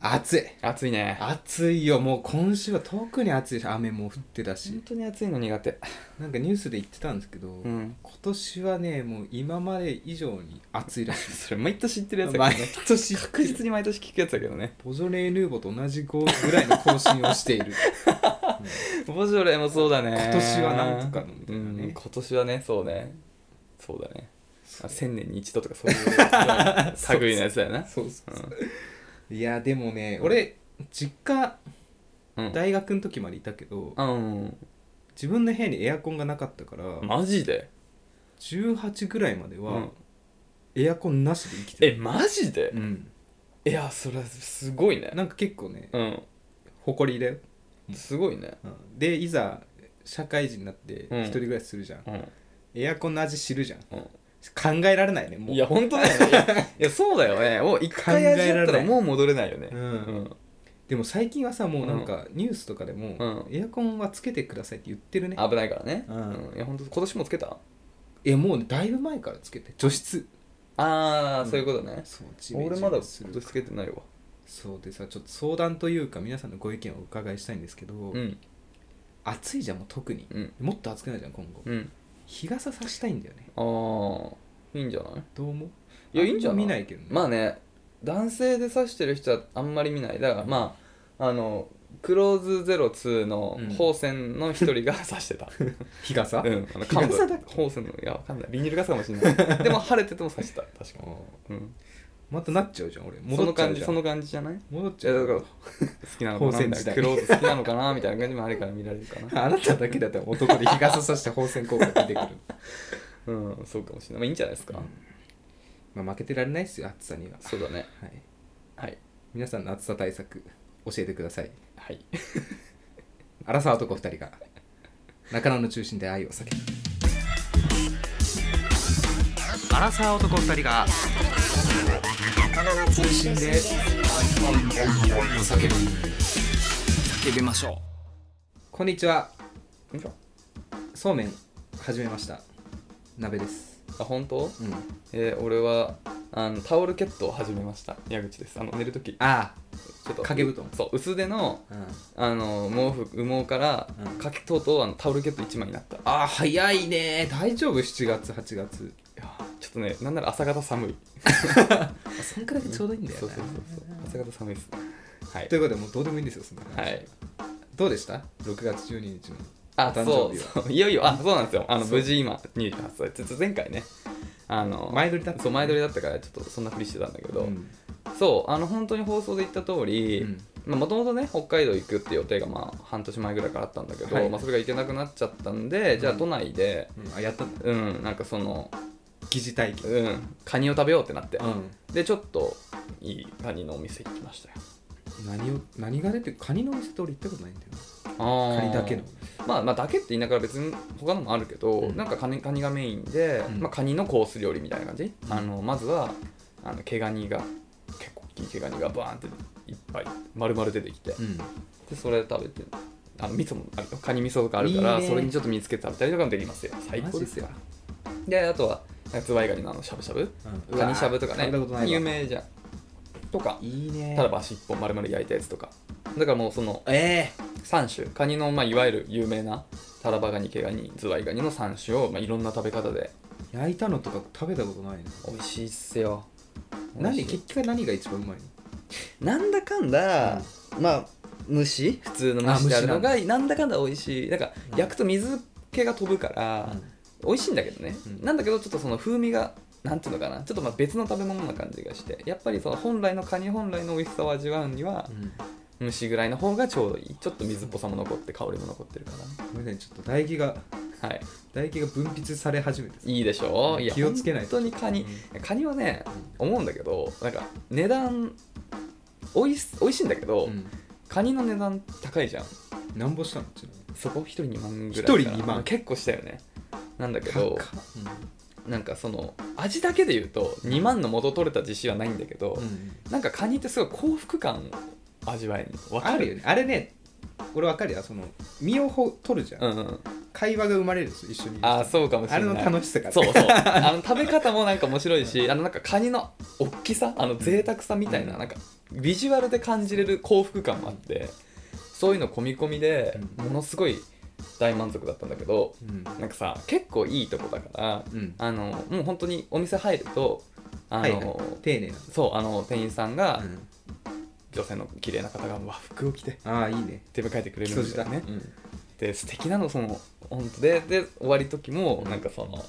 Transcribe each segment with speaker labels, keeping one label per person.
Speaker 1: 暑い
Speaker 2: 暑いね
Speaker 1: 暑いよもう今週は特に暑いし雨も降ってた
Speaker 2: 本
Speaker 1: し
Speaker 2: 当に暑いの苦手
Speaker 1: なんかニュースで言ってたんですけど、
Speaker 2: うん
Speaker 1: 今年はねもう今まで以上に暑いらし いです
Speaker 2: それ毎年言ってるやつだけどね
Speaker 1: 毎年言ってる
Speaker 2: 確実に毎年聞くやつだけどね
Speaker 1: ボジョレー・ヌーボーと同じ号ぐらいの更新をしてい る
Speaker 2: ボジョレーもそうだね
Speaker 1: 今年はなんとかのみたいなね
Speaker 2: うん今年はねそうねそうだねあ千年に一度とかそう いう類のやつだよな
Speaker 1: そうそうそう、いやでもね俺実家
Speaker 2: うん
Speaker 1: 大学の時までいたけど、
Speaker 2: うん
Speaker 1: 自分の部屋にエアコンがなかったから、
Speaker 2: マジで
Speaker 1: 18ぐらいまで
Speaker 2: う
Speaker 1: は
Speaker 2: ん
Speaker 1: エアコンなしで生きて
Speaker 2: え
Speaker 1: る、
Speaker 2: マジで
Speaker 1: うん、
Speaker 2: いやそれはすごいね
Speaker 1: なんか結構ね
Speaker 2: うん
Speaker 1: 誇りだよ、
Speaker 2: すごいね
Speaker 1: うんでいざ社会人になって
Speaker 2: うん
Speaker 1: 一人暮らしするじゃん、
Speaker 2: うん
Speaker 1: エアコンの味知るじゃん
Speaker 2: うん
Speaker 1: 考えられないねもう
Speaker 2: いや本当 だよねいやいやそうだよねもう一
Speaker 1: 考
Speaker 2: 回
Speaker 1: えられ
Speaker 2: 味
Speaker 1: ない
Speaker 2: わったらもう戻れないよね
Speaker 1: う
Speaker 2: うんん
Speaker 1: でも最近はさもうなんかニュースとかでも、
Speaker 2: うん
Speaker 1: エアコンはつけてくださいって言ってるね
Speaker 2: 危ないからね
Speaker 1: うん
Speaker 2: うんいや本当今年もつけた
Speaker 1: えもうねだいぶ前からつけて除湿
Speaker 2: ああそういうことね
Speaker 1: そう
Speaker 2: 俺まだ
Speaker 1: す
Speaker 2: 今
Speaker 1: る
Speaker 2: 年つけてないわ
Speaker 1: そうでさちょっと相談というか皆さんのご意見をお伺いしたいんですけど、
Speaker 2: うん
Speaker 1: 暑いじゃんもう特に
Speaker 2: うん
Speaker 1: もっと暑くなるじゃん今後、
Speaker 2: うん
Speaker 1: 日傘さしたいんだよね
Speaker 2: ああいいんじゃない
Speaker 1: どう思う
Speaker 2: いやいいんじゃない
Speaker 1: あま見ないけどね
Speaker 2: まあね男性で指してる人はあんまり見ないだからまああのクローズ02の
Speaker 1: うん
Speaker 2: 宝泉の一人が指して た、うん、
Speaker 1: 日傘、
Speaker 2: あの
Speaker 1: 日傘だっけ
Speaker 2: 幹部宝泉のいやわかんないビニール傘かもし れないでも晴れてても指してた確か
Speaker 1: あー
Speaker 2: に、うん、
Speaker 1: またなっちゃうじゃん俺
Speaker 2: そ
Speaker 1: 戻
Speaker 2: の
Speaker 1: っちゃ
Speaker 2: 感
Speaker 1: うじ
Speaker 2: じ
Speaker 1: ゃん
Speaker 2: その感じじゃない
Speaker 1: 戻っち
Speaker 2: いや
Speaker 1: ゃ
Speaker 2: だから
Speaker 1: う
Speaker 2: 好きなのかな
Speaker 1: 宝泉時
Speaker 2: みたい
Speaker 1: 代
Speaker 2: なクローズ好きなのかなみたいな感じもあるから見られるかな
Speaker 1: あなただけだったら男で日傘さして放線効果出てくる
Speaker 2: うんそうかもしれないまあいいんじゃないですか、
Speaker 1: まあ負けてられないですよ暑さには、
Speaker 2: そうだね
Speaker 1: はい、
Speaker 2: はい
Speaker 1: 皆さんの暑さ対策教えてください
Speaker 2: はい
Speaker 1: 荒沢男2人が仲間の中心で愛を叫ぶ荒沢男2人が中心で愛を叫ぶ叫びましょうこんにちは
Speaker 2: よいしょ
Speaker 1: そうめん始めました鍋です
Speaker 2: あ本当
Speaker 1: うん
Speaker 2: えー、俺はあのタオルケットを始めました矢口ですあの寝るときち
Speaker 1: あ
Speaker 2: ょっと
Speaker 1: 掛け布団
Speaker 2: そう薄手の
Speaker 1: あ、うん、
Speaker 2: あの毛布羽毛から
Speaker 1: うん
Speaker 2: かけとうとうあのタオルケット1枚になったい
Speaker 1: あー早いね大丈夫7月8月
Speaker 2: やーちょっとねなんなら朝方寒い
Speaker 1: あそんくらいがちょうどいいんだよ
Speaker 2: そう
Speaker 1: ね
Speaker 2: そうそうそう朝方寒いですねはい
Speaker 1: ということでもうどうでもいいんですよそんな話
Speaker 2: はい
Speaker 1: どうでした6月12日の
Speaker 2: あ
Speaker 1: 誕
Speaker 2: そ
Speaker 1: 生日
Speaker 2: う
Speaker 1: は
Speaker 2: そういよいよあそうなんですよあの
Speaker 1: そう
Speaker 2: 無事今28歳ちょっと前回ねあの
Speaker 1: 前撮りだった
Speaker 2: そう前撮りだったからちょっとそんなふりしてたんだけど、
Speaker 1: うん
Speaker 2: そうあの本当に放送で言った通り、
Speaker 1: うん
Speaker 2: もともとね北海道行くって予定がまあ半年前ぐらいからあったんだけど、
Speaker 1: はい
Speaker 2: まあ、それが行けなくなっちゃったんで、じゃあ都内で
Speaker 1: うんあやったんだ
Speaker 2: うんなんかその
Speaker 1: 疑似体験
Speaker 2: うんカニを食べようってなって、
Speaker 1: うん
Speaker 2: でちょっといいカニのお店行きましたよ
Speaker 1: 何を何が出てカニのお店って俺行ったことないんだよ
Speaker 2: あ
Speaker 1: カニだけの
Speaker 2: まあまあだけって言いながら別に他のもあるけど、
Speaker 1: うん
Speaker 2: なんかカニカニがメインで、
Speaker 1: うん
Speaker 2: まあ、カニのコース料理みたいな感じ、
Speaker 1: うん
Speaker 2: あのまずはあの毛ガニが結構大きい毛ガニがバーンっていっぱい丸々出てきて、
Speaker 1: うん
Speaker 2: でそれ食べてあの味噌もあるよカニ味噌とかあるから
Speaker 1: いいね
Speaker 2: それにちょっと見つけて食べたりとかもできますよ最高ですよ
Speaker 1: マ
Speaker 2: であとはなんかズワイガニのあのしゃぶしゃぶ
Speaker 1: うん
Speaker 2: カニしゃぶとか
Speaker 1: 食
Speaker 2: ね
Speaker 1: べたことないわ
Speaker 2: 有名じゃんとか
Speaker 1: いいね
Speaker 2: ただばしっぽ丸々焼いたやつとかだからもうその
Speaker 1: え
Speaker 2: 3種カニの、まあ、いわゆる有名なタラバガニ毛ガニズワイガニの3種を、まあ、いろんな食べ方で
Speaker 1: え焼いたのとか食べたことないね
Speaker 2: 美味しいっすよ美
Speaker 1: 何
Speaker 2: 味しい
Speaker 1: 結局何が一番うまいの
Speaker 2: なんだかんだ、まあ蒸し普通の蒸しであるの
Speaker 1: あ
Speaker 2: がなんだかんだ美味しいなんか
Speaker 1: うん
Speaker 2: 焼くと水気が飛ぶから、美味しいんだけどね、
Speaker 1: うん
Speaker 2: なんだけどちょっとその風味がなんていうのかなちょっとまあ別の食べ物な感じがしてやっぱりその本来のカニ本来の美味しさを味わうには
Speaker 1: うん
Speaker 2: 蒸しぐらいの方がちょうどいいちょっと水っぽさも残って香りも残ってるか
Speaker 1: ごめんねちょっと唾液が
Speaker 2: らねは
Speaker 1: 唾液が分泌され始めてさ
Speaker 2: いいいでしょういや
Speaker 1: 気をつけない
Speaker 2: 本当にカニ、カニはね思うんだけどなんか値段おいし美味しいんだけど、
Speaker 1: うんうん
Speaker 2: カニの値段高いじゃん
Speaker 1: なんぼしたのちなみに
Speaker 2: そこ1人2万ぐらいから
Speaker 1: 一人二万
Speaker 2: まあ結構したよねなんだけ
Speaker 1: 高
Speaker 2: ど
Speaker 1: っ
Speaker 2: なんかその味だけで言うと2万の元取れた自信はないんだけど、
Speaker 1: うんうん
Speaker 2: なんかカニってすごい幸福感を味わえるのわ
Speaker 1: あ
Speaker 2: か
Speaker 1: る
Speaker 2: る
Speaker 1: よねあれね俺わかるよその身をほ取るじゃん
Speaker 2: うんうん
Speaker 1: 会話が生まれるんですよ一緒に
Speaker 2: ああそうかもしれない
Speaker 1: あれの楽しさがね
Speaker 2: そうそうあの食べ方もなんか面白いしあのなんかカニの大きさあの贅沢さみたいな,、なんかビジュアルで感じれる幸福感もあってそういうの込み込みで
Speaker 1: うん
Speaker 2: ものすごい大満足だったんだけど
Speaker 1: うん
Speaker 2: なんかさ結構いいとこだから
Speaker 1: うん
Speaker 2: あのもう本当にお店入るとあの、
Speaker 1: はいはい丁寧な
Speaker 2: そうあの店員さんが、
Speaker 1: うん
Speaker 2: 女性の綺麗な方が和服を着て
Speaker 1: ああいいね
Speaker 2: 手迎えてくれる
Speaker 1: 基
Speaker 2: んだよ
Speaker 1: 礎字だね
Speaker 2: うんで素敵なのその本当でで終わり時もなんかその、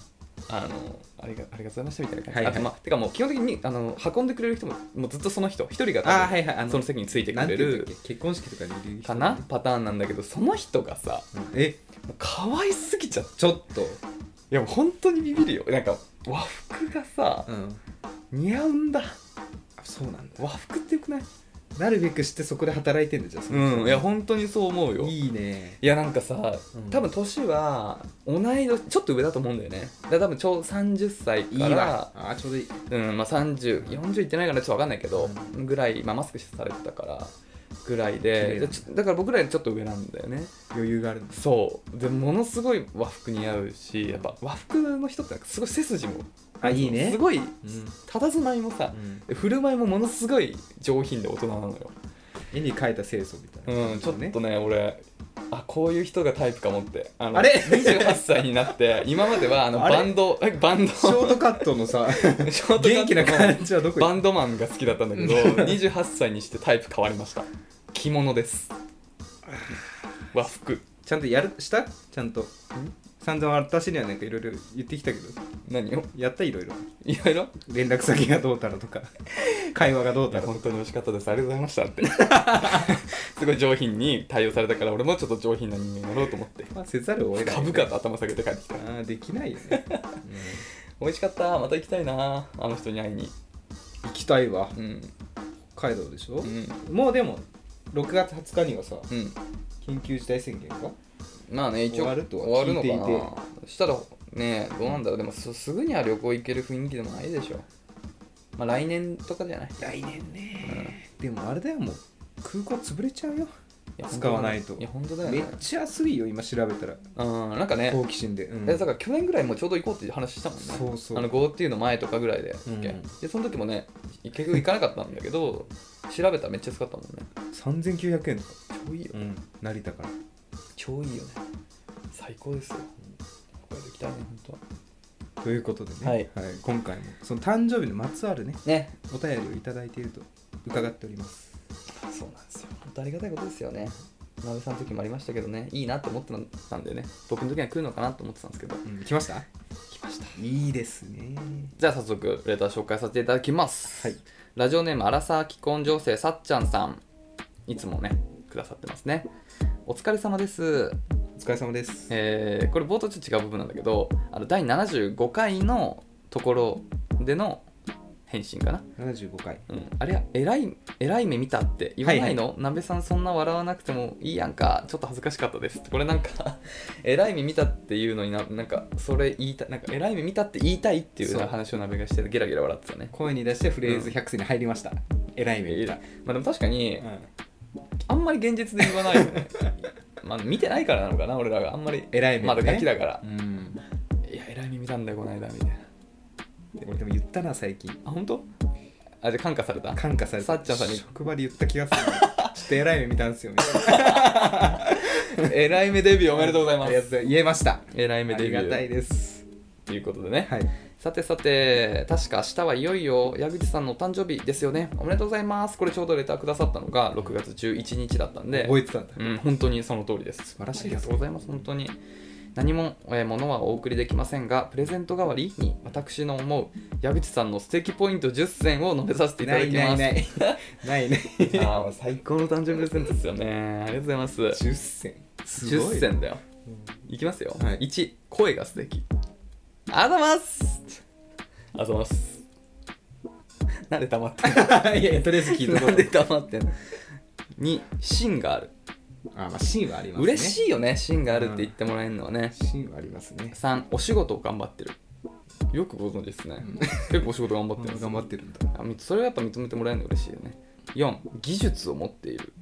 Speaker 2: あのありがありがとうございましたみたいな感じ、
Speaker 1: はいはい
Speaker 2: あとまあてかもう基本的にあの運んでくれる人ももうずっとその人一人が多分
Speaker 1: あーはいはいあの
Speaker 2: その席についてく
Speaker 1: なんて
Speaker 2: れ
Speaker 1: いうん
Speaker 2: る
Speaker 1: だっけ結婚式とかにいる人
Speaker 2: かなパターンなんだけどその人がさ
Speaker 1: うんえ
Speaker 2: もう可愛すぎちゃって
Speaker 1: ちょっと
Speaker 2: いやもう本当にビビるよなんか和服がさ
Speaker 1: うん
Speaker 2: 似合うんだ
Speaker 1: あそうなんだ
Speaker 2: 和服ってよくない
Speaker 1: なるべくしてそこで働いてんだじゃあその人
Speaker 2: うんいや本当にそう思うよ
Speaker 1: いいね
Speaker 2: いやなんかさ、
Speaker 1: うん
Speaker 2: 多分年は同い年ちょっと上だと思うんだよねだから多分ちょう30歳
Speaker 1: いい
Speaker 2: から
Speaker 1: わあーちょうどいい
Speaker 2: うんまあ、3040いってないからちょっと分かんないけど、
Speaker 1: う
Speaker 2: ぐらい、まあ、マスクされてたからぐらい
Speaker 1: 綺
Speaker 2: で
Speaker 1: 麗
Speaker 2: で
Speaker 1: だ
Speaker 2: ちょだから僕らよりちょっと上なんだよね
Speaker 1: 余裕があるんだ
Speaker 2: そうでものすごい和服似合うしやっぱ和服の人ってなんかすごい背筋も
Speaker 1: あいいね
Speaker 2: すごい
Speaker 1: うん
Speaker 2: 佇まいもさ、で振る舞いもものすごい上品で大人なのよ
Speaker 1: 絵に描いた清楚みたいな
Speaker 2: うん、ちょっとね、俺、あこういう人がタイプかもって、あの
Speaker 1: あれ
Speaker 2: ?28 歳にな って、今まではあの
Speaker 1: あれ
Speaker 2: バンド、えバンド、
Speaker 1: ショートカットのさ
Speaker 2: ショートカットの
Speaker 1: 元気な感じはどこ
Speaker 2: バ
Speaker 1: 行っ
Speaker 2: ンドマンが好きだったんだけ ど、28歳にしてタイプ変わりました。着物です。和服。
Speaker 1: ちゃんとやるしたちゃんと散々私にはなんかいろいろ言ってきたけど
Speaker 2: 何を
Speaker 1: やったいろいろ
Speaker 2: いろいろ
Speaker 1: 連絡先がどうたらとか 会話がどう
Speaker 2: い
Speaker 1: たら
Speaker 2: や
Speaker 1: とか
Speaker 2: 本当に美味しかったです。ありがとうございましたって。 すごい上品に対応されたから、俺もちょっと上品な人間になろうと思って。
Speaker 1: まあせざるを得ない
Speaker 2: 株価と頭下げて帰ってきた
Speaker 1: あ。ーできないよね、
Speaker 2: 美味しかった。また行きたいな。あの人に会いに。
Speaker 1: 行きたいわ
Speaker 2: うん。
Speaker 1: 北海道でしょ
Speaker 2: う、ん。
Speaker 1: もうでも6月20日にはさ
Speaker 2: うん。
Speaker 1: 緊急事態宣言が
Speaker 2: まあね、一
Speaker 1: 終
Speaker 2: 応
Speaker 1: わるとは
Speaker 2: 終わるの
Speaker 1: 聞いてい
Speaker 2: かな。したらね、どうなんだろう、でもすすぐには旅行行ける雰囲気でもないでしょ。まあ来年とかじゃない。
Speaker 1: 来年ね、でもあれだよもう空港潰れちゃうよ
Speaker 2: いや
Speaker 1: 使わないと
Speaker 2: いや、本当だよ
Speaker 1: め
Speaker 2: ね
Speaker 1: っ。ちゃ安いよ今調べたら
Speaker 2: うん、なんかね、
Speaker 1: 好奇心で、うん
Speaker 2: えだから去年ぐらいもちょうど行こうっていう話したもんね。
Speaker 1: そうそう
Speaker 2: あの GoTo の前とかぐらいで、
Speaker 1: うん
Speaker 2: で、その時もね、結局行かなかったんだけど、調べたらめっちゃ使ったもんね。
Speaker 1: 3900円とか、
Speaker 2: 超いいよ。
Speaker 1: うん、成田から
Speaker 2: 超いいよね。最高ですよ。北海道行きたいね、本
Speaker 1: ということでね、
Speaker 2: はい
Speaker 1: 今回もその誕生日にまつわるね
Speaker 2: 当。ね。
Speaker 1: お便りをいただいていると伺っております
Speaker 2: そうなんですよ。本当ありがたいことですよね。鍋さんの時もありましたけどね、いいなって思ってたんでね、僕の時は来るのかなと思ってたんですけど、
Speaker 1: うん、来ました
Speaker 2: 来ました。
Speaker 1: いいですね
Speaker 2: じゃあ早速、レター紹介させていただきます。
Speaker 1: はい
Speaker 2: ラジオネーム、アラサー既婚女性、さっちゃんさん。いつもね、くださってますね。お疲れ様で
Speaker 1: お
Speaker 2: す。
Speaker 1: 疲れ様です
Speaker 2: えーこれ冒頭ちょっと違う部分なんだけど、あの第75回のところでの返信かな。
Speaker 1: 75回
Speaker 2: うん、あれは偉い偉い目見たって言わないの、
Speaker 1: は
Speaker 2: 鍋さんそんな笑わなくてもいいやんかちょっと恥ずかしかったですこれなんか 偉い目見たっていうのにななんかそれ言いたいなんか偉い目見たって言いたいっていう
Speaker 1: そう
Speaker 2: 話を鍋がしてゲラゲラ笑ってたね
Speaker 1: 声に出してフレーズ
Speaker 2: うん
Speaker 1: 100選に入りました、偉い目見た、
Speaker 2: まあでも確かに
Speaker 1: うん
Speaker 2: あんまり現実で言わない よねまあ見てないからなのかな俺らがあんまり
Speaker 1: 偉い目ね
Speaker 2: まだガキだから
Speaker 1: う、ん、
Speaker 2: いや偉い目見たんだよこの間みたいな
Speaker 1: 俺でも言ったな最近
Speaker 2: あ本当あじゃあ感化された
Speaker 1: 感化された
Speaker 2: さっちゃんさんに
Speaker 1: 職場で言った気がするちょっと偉い目見たんすよみたいな
Speaker 2: 偉い目デビューおめでとうございま
Speaker 1: ありがとうござ
Speaker 2: す
Speaker 1: います言えました
Speaker 2: 偉い目
Speaker 1: あ
Speaker 2: デ
Speaker 1: り
Speaker 2: ビュ
Speaker 1: がた
Speaker 2: ー
Speaker 1: いです
Speaker 2: ということでね、
Speaker 1: はい
Speaker 2: さてさて、確か明日はいよいよ矢口さんのお誕生日ですよね。おめでとうございます。これちょうどレターくださったのが6月11日だったんで、
Speaker 1: 覚えてたんだ
Speaker 2: うん、本当にその通りです。素
Speaker 1: 晴らしい
Speaker 2: あり
Speaker 1: で
Speaker 2: が
Speaker 1: す
Speaker 2: とうございます。本当に。何も、えー物はお送りできませんが、プレゼント代わりに私の思う矢口さんのステーキポイント10選を述べさせていた
Speaker 1: な
Speaker 2: だ
Speaker 1: い
Speaker 2: き
Speaker 1: な
Speaker 2: ま
Speaker 1: い
Speaker 2: す。
Speaker 1: ないないない
Speaker 2: あー最高の誕生日プレゼントですよね。ありがとうございます。
Speaker 1: 10選すごい
Speaker 2: 10選だよ。いきますよ。
Speaker 1: はい
Speaker 2: 1、声が素敵あざますあざます。なんで黙ってん
Speaker 1: いやいやとりあえず聞いと
Speaker 2: の
Speaker 1: こ
Speaker 2: なんで
Speaker 1: う
Speaker 2: 黙ってんの ?2、芯がある。
Speaker 1: あまあ芯はありますね
Speaker 2: 嬉しいよね、芯があるって言ってもらえるのはね。
Speaker 1: 芯はありますね
Speaker 2: 3、お仕事を頑張ってる。よくご存知ですね。結構お仕事頑張ってるんですよ
Speaker 1: 頑張ってるんだ
Speaker 2: あみそれはやっぱ認めてもらえるの嬉しいよね。4、技術を持っている。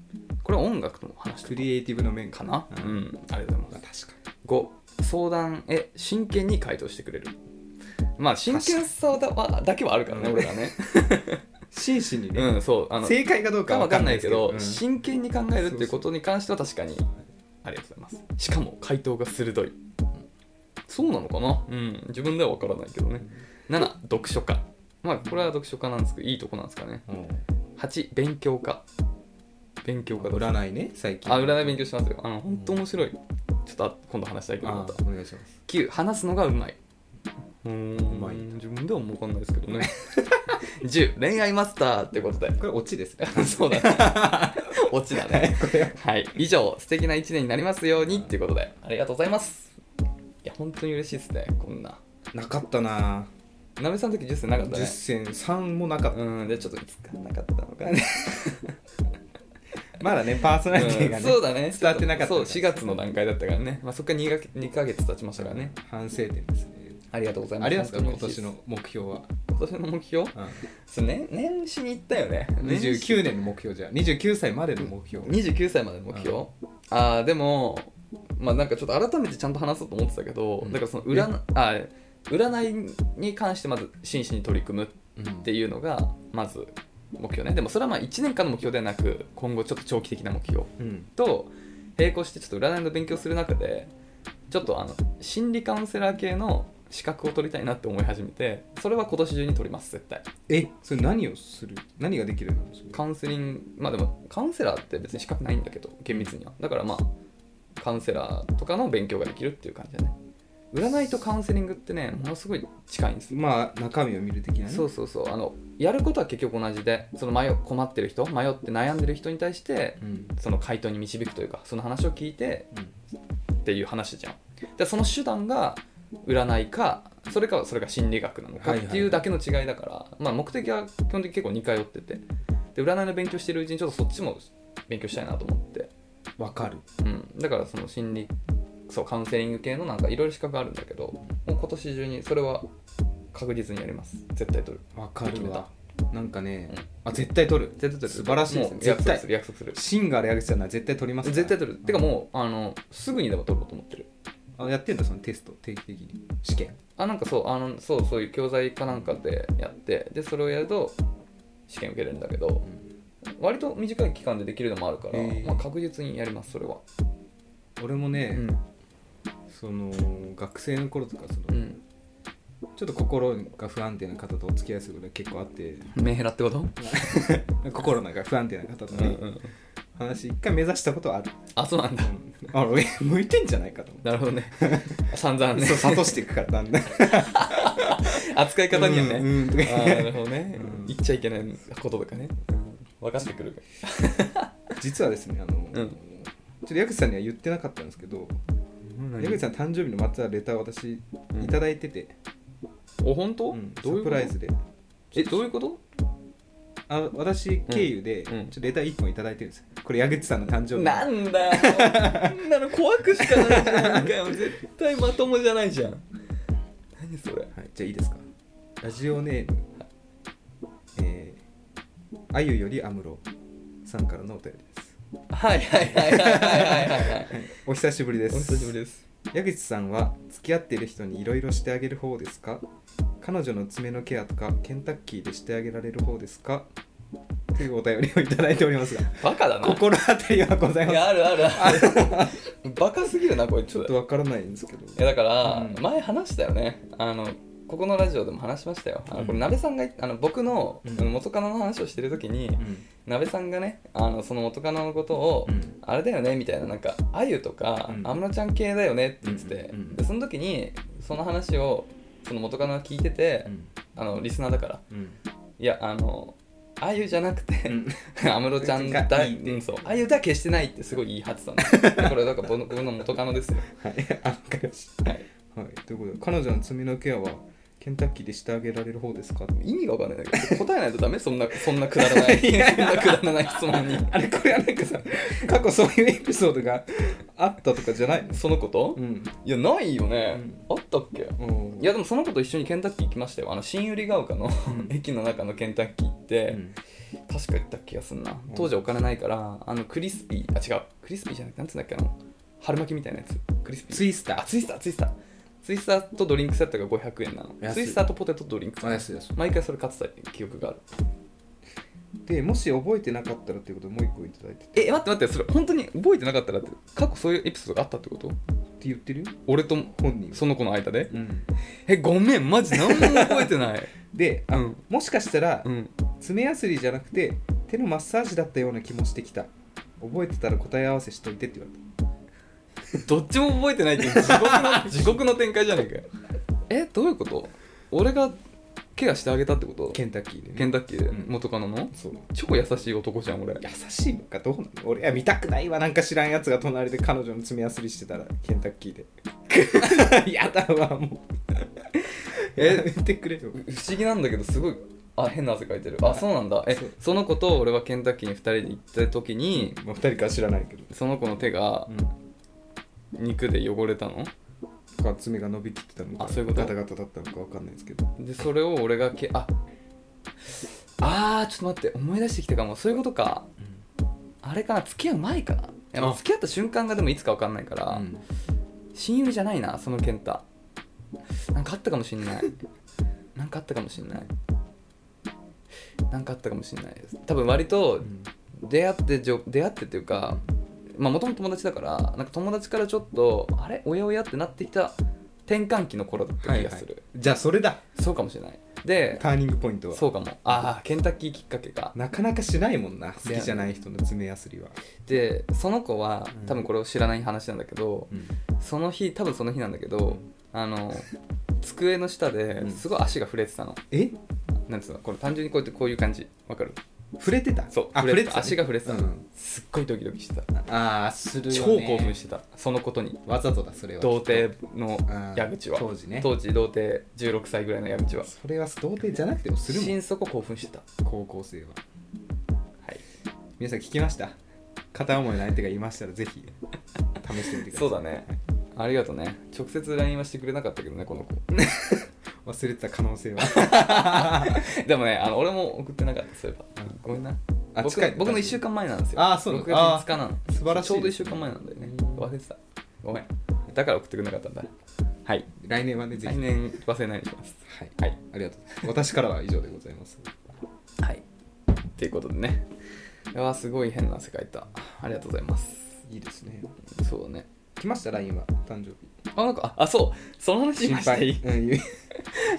Speaker 2: これは音楽の話と
Speaker 1: クリエイティブの面
Speaker 2: かな、うん、ありがとうございます。
Speaker 1: 確か
Speaker 2: 5相談へ真剣に回答してくれるまあ真剣さだはだけはあるから
Speaker 1: う
Speaker 2: ね
Speaker 1: ん
Speaker 2: 俺らね
Speaker 1: 真摯にね、
Speaker 2: うんそうあの
Speaker 1: 正解かどうか
Speaker 2: か
Speaker 1: わ
Speaker 2: わ
Speaker 1: か
Speaker 2: か
Speaker 1: ん
Speaker 2: ん
Speaker 1: な
Speaker 2: ないい
Speaker 1: です
Speaker 2: け
Speaker 1: けど
Speaker 2: ど、
Speaker 1: うん
Speaker 2: 真剣に考えるっていうことに関しては確かにありがとうございますしかも回答が鋭い、うんそうなのかなうん自分ではわからないけどね7読書家まあこれは読書家なんですけどいいとこなんですかね8勉強家勉強家い
Speaker 1: 占いね最近
Speaker 2: あ占い勉強してますよあの本当面白いちょっとあ今度話したいけどま
Speaker 1: あ
Speaker 2: た
Speaker 1: お願いします
Speaker 2: 9話すのがうまいう
Speaker 1: うまい
Speaker 2: 自分ではもうわかんないですけど ね10恋愛マスターってことで
Speaker 1: これオチですね
Speaker 2: そうだね オチだねはい以上素敵な一年になりますようにっていうことでありがとうございますいや本当に嬉しいですねこんな
Speaker 1: なかったな
Speaker 2: なべさんの時10歳なかった
Speaker 1: 10
Speaker 2: ね
Speaker 1: 戦3もなかった
Speaker 2: うんでちょっと見つからなかったのかな
Speaker 1: まだねパーソナリティが
Speaker 2: うん
Speaker 1: ね
Speaker 2: そうだね
Speaker 1: 伝わってなかった
Speaker 2: そう4月の段階だったからね、まあ、そこから2か月 ,2 ヶ月経ちましたからね
Speaker 1: 反省点ですね
Speaker 2: ありがとうございます
Speaker 1: あれなんですか今
Speaker 2: 本当に嬉し
Speaker 1: 年
Speaker 2: い
Speaker 1: の目標は、
Speaker 2: です今年の目標そうね年始に行ったよね
Speaker 1: うん、
Speaker 2: 年始
Speaker 1: 29年の目標じゃあ29歳までの目標
Speaker 2: 29歳までの目標、
Speaker 1: うん
Speaker 2: ああでもまあなんかちょっと改めてちゃんと話そうと思ってたけど、
Speaker 1: うん
Speaker 2: だからその占あ占いに関してまず真摯に取り組むっ
Speaker 1: うん
Speaker 2: ていうのがまず目標ねでもそれはまあ1年間の目標ではなく今後ちょっと長期的な目標
Speaker 1: うん
Speaker 2: と並行してちょっと占いの勉強する中でちょっとあの心理カウンセラー系の資格を取りたいなって思い始めてそれは今年中に取ります絶対
Speaker 1: えそれ何をする何ができるのそれ
Speaker 2: カウンセリングまあでもカウンセラーって別に資格ないんだけど厳密にはだからまあカウンセラーとかの勉強ができるっていう感じだね占いとカウンセリングってねものすごい近いんですよ
Speaker 1: まあ中身を見る的なね
Speaker 2: そうそうそうあのやることは結局同じでその迷困ってる人迷って悩んでる人に対して
Speaker 1: うん
Speaker 2: その回答に導くというかその話を聞いて
Speaker 1: うん
Speaker 2: っていう話じゃんでその手段が占いかそれかそれが心理学なのか
Speaker 1: は
Speaker 2: っ
Speaker 1: いはい
Speaker 2: ていうだけの違いだから、まあ、目的は基本的に結構似通っててで占いの勉強してるうちにちょっとそっちも勉強したいなと思って、
Speaker 1: わかる
Speaker 2: うん、だからその心理そうカウンセリング系のなんかいろいろ資格あるんだけどもう今年中にそれは確実にやります絶対取る
Speaker 1: わかるわなんかね
Speaker 2: うん
Speaker 1: あ絶対取る
Speaker 2: 絶対取る
Speaker 1: 素晴らしいですね
Speaker 2: もう約束
Speaker 1: 絶
Speaker 2: する約束する
Speaker 1: 芯があれやる人なら絶対取りますから
Speaker 2: 絶対取るてかもうあのすぐにでも取ろうと思ってる
Speaker 1: あやってんだそのテスト定期的に試験
Speaker 2: あなんかそうあのそうそういう教材かなんかでやってでそれをやると試験受けれるんだけど割と短い期間でできるのもあるから、
Speaker 1: へー
Speaker 2: まあ、確実にやりますそれは
Speaker 1: 俺もね、
Speaker 2: うん
Speaker 1: その学生の頃とかその、
Speaker 2: うん
Speaker 1: ちょっと心が不安定な方とお付き合いすることが結構あって
Speaker 2: メンヘラってこと、
Speaker 1: 心が不安定な方とね、話一回目指したことはある、
Speaker 2: あそうなんだ
Speaker 1: あ俺向いてんじゃないかと思って
Speaker 2: なるほどね散々ね
Speaker 1: そう諭していくからだん だん
Speaker 2: 扱い方にはね、
Speaker 1: うんうんとか
Speaker 2: あーなるほどね、
Speaker 1: うん
Speaker 2: 言っちゃいけないこととかね、分かってくる
Speaker 1: 実はですねあの、
Speaker 2: うん
Speaker 1: ちょっと矢口さんには言ってなかったんですけど矢口さん誕生日のまたレターを私
Speaker 2: うん
Speaker 1: いただいてて、
Speaker 2: お本当、
Speaker 1: うん
Speaker 2: どういう
Speaker 1: サプ
Speaker 2: こと
Speaker 1: ライズで
Speaker 2: えどういうこと
Speaker 1: あ私経由で、
Speaker 2: うんうん
Speaker 1: ちょっとレター1本いただいてるんですよこれ矢口さんの誕生日
Speaker 2: なんだよそんなの怖くしかないじゃんかよ絶対まともじゃないじゃん何それ
Speaker 1: はい、じゃあいいですかラジオネームえー、あゆよりアムロさんからのお便りです
Speaker 2: はいはいはいはいはいはいはい
Speaker 1: お久しぶりです
Speaker 2: お久しぶりです
Speaker 1: 矢口さんは付き合っている人にいろいろしてあげる方ですか彼女の爪のケアとかケンタッキーでしてあげられる方ですかというお便りをいただいておりますが
Speaker 2: バカだな
Speaker 1: 心当たりはござい
Speaker 2: い
Speaker 1: ま
Speaker 2: や
Speaker 1: せん
Speaker 2: あるあるあ るバカすぎるなこいつ
Speaker 1: ちょっとわからないんですけど
Speaker 2: いやだから、
Speaker 1: うん
Speaker 2: 前話したよねあのここのラジオでも話しましたよあのこ
Speaker 1: うん
Speaker 2: れ鍋さんが言っあの僕の
Speaker 1: うん
Speaker 2: あの元カノの話をしてる時に、
Speaker 1: うん
Speaker 2: 鍋さんがねあのその元カノのことを、
Speaker 1: うん
Speaker 2: あれだよねみたいななんかあゆとか
Speaker 1: うん
Speaker 2: 安室、ちゃん系だよねって言ってて、
Speaker 1: うんうんうん
Speaker 2: でその時にその話をその元カノが聞いてて、
Speaker 1: うん
Speaker 2: あのリスナーだから
Speaker 1: うん
Speaker 2: いやあのあゆじゃなくて、
Speaker 1: うん
Speaker 2: 安室ちゃんだ
Speaker 1: が
Speaker 2: い
Speaker 1: いいって
Speaker 2: うんそうあゆだけしてないってすごい言い張ってたん だこれだから僕の僕の元カノですよ
Speaker 1: はい、あわかりました
Speaker 2: はい
Speaker 1: はい、ということで彼女の爪のケアはケンタッキーでしてあげられる方ですか
Speaker 2: 意味がわかんないんだけど答えないとダメそんなそんなくだらない そんなくだらない質問に
Speaker 1: あれこれはなんかさ過去そういうエピソードがあったとかじゃないの
Speaker 2: そのこと、
Speaker 1: うん
Speaker 2: いやないよね、
Speaker 1: う
Speaker 2: あったっけ
Speaker 1: うん
Speaker 2: いやでもその子と一緒にケンタッキー行きましたよあの新百合ヶ丘の駅の中のケンタッキー行って、
Speaker 1: うん
Speaker 2: 確か行った気がすんな当時お金ないからあのクリスピーあ違うクリスピーじゃなくてなんつうんだっけあの春巻きみたいなやつクリスピー
Speaker 1: ツイスタ
Speaker 2: あ
Speaker 1: ー
Speaker 2: ツイスターツイスターツイスターとドリンクセットが500円なの
Speaker 1: 安い
Speaker 2: ツイスターとポテトとドリンク
Speaker 3: あ安いです
Speaker 2: 毎回それ買ってた記憶がある
Speaker 1: でもし覚えてなかったらということでもう一個いただいてて
Speaker 2: え待って待ってそれ本当に覚えてなかったらって過去そういうエピソードがあったってこと
Speaker 1: って言ってるよ
Speaker 2: 俺と
Speaker 1: 本人は
Speaker 2: その子の間で
Speaker 1: うん
Speaker 2: えごめんマジ何も覚えてない
Speaker 1: であ
Speaker 2: うん
Speaker 1: もしかしたら
Speaker 2: うん
Speaker 1: 爪やすりじゃなくて手のマッサージだったような気もしてきた覚えてたら答え合わせしといてって言われた
Speaker 2: どっちも覚えてないっていう地獄の地獄の展開じゃねえかよえどういうこと俺がケアしてあげたってこと
Speaker 1: ケンタッキーで、ね、
Speaker 2: ケンタッキーで
Speaker 1: うん
Speaker 2: 元カノの
Speaker 1: そう
Speaker 2: 超優しい男じゃん俺
Speaker 1: 優しいのかどうなの俺は見たくないわなんか知らんやつが隣で彼女の爪やすりしてたらケンタッキー でやだわもうやめてくれよ
Speaker 2: 不思議なんだけどすごいあ変な汗かいてるあそうなんだえ
Speaker 1: そう
Speaker 2: その子と俺はケンタッキーに2人で行った時に
Speaker 1: もう2人かは知らないけど、
Speaker 2: その子の手が肉で汚れたの
Speaker 1: か爪が伸びきってたのか
Speaker 2: あそういうこと
Speaker 1: ガタガタだったのかわかんないですけど
Speaker 2: でそれを俺がけああーちょっと待って思い出してきたかもそういうことかあれかな付き合う前かないやもう
Speaker 1: あ
Speaker 2: 付き合った瞬間がでもいつか分かんないから、
Speaker 1: うん
Speaker 2: 親友じゃないなその健太なんかあったかもしんないなんかあったかもしんないなんかあったかもしんないです多分割と出会ってじょ出会ってっていうかまあもともと友達だからなんか友達からちょっとあれおやおやってなってきた転換期の頃だった気がする、
Speaker 1: じゃあそれだ
Speaker 2: そうかもしれないで
Speaker 1: ターニングポイントは
Speaker 2: そうかもああケンタッキーきっかけか
Speaker 1: なかなかしないもんな好きじゃない人の爪やすりは、
Speaker 2: でその子は
Speaker 1: うん
Speaker 2: 多分これを知らない話なんだけど、その日多分その日なんだけどあの机の下
Speaker 1: う
Speaker 2: で
Speaker 1: ん
Speaker 2: すごい足が触れてたの、
Speaker 1: え
Speaker 2: なんつうのこれ単純にこうやってこういう感じわかる
Speaker 1: 触れてた
Speaker 2: そう
Speaker 1: あ触れてた
Speaker 2: 足が触れてた、
Speaker 1: うん
Speaker 2: すっごいドキドキしてた
Speaker 1: ああする
Speaker 2: 超
Speaker 1: よ、ね、
Speaker 2: 興奮してたそのことに
Speaker 1: わざとだそれは
Speaker 2: 童貞の
Speaker 1: うん
Speaker 2: 矢口は
Speaker 1: 当時ね
Speaker 2: 当時童貞16歳ぐらいの矢口は
Speaker 1: それは童貞じゃなくてもするもん
Speaker 2: 心底興奮してた
Speaker 1: 高校生は
Speaker 2: はい
Speaker 1: 皆さん聞きました片思いの相手がいましたらぜひ試してみてくださ
Speaker 2: そ
Speaker 1: いう
Speaker 2: だねありがとうね直接 LINE はしてくれなかったけどねこの子
Speaker 1: 忘れてた可能性 は
Speaker 2: でもねあの俺も送ってなかったそういえば
Speaker 1: うん
Speaker 2: ごめんな
Speaker 1: あ
Speaker 2: 僕
Speaker 1: 近い
Speaker 2: 僕の1週間前なんですよ
Speaker 1: あーそうなの
Speaker 2: 6月5日なの
Speaker 1: 素晴らしい
Speaker 2: ちょうど1週間前なんだよね忘れてたごめんだから送ってくれなかったんだはい
Speaker 1: 来年はねぜ
Speaker 2: 来
Speaker 1: ひ、
Speaker 2: 年忘れないようにします
Speaker 1: はい、
Speaker 2: はい
Speaker 1: ありがとう私からは以上でございます
Speaker 2: はいっていうことでねうわすごい変な世界だありがとうございます
Speaker 1: いいですね
Speaker 2: そうだね
Speaker 1: 来ました LINE は誕生日
Speaker 2: あなんかああそうその話し
Speaker 1: 心
Speaker 2: ましてい
Speaker 1: 配
Speaker 2: い
Speaker 1: うん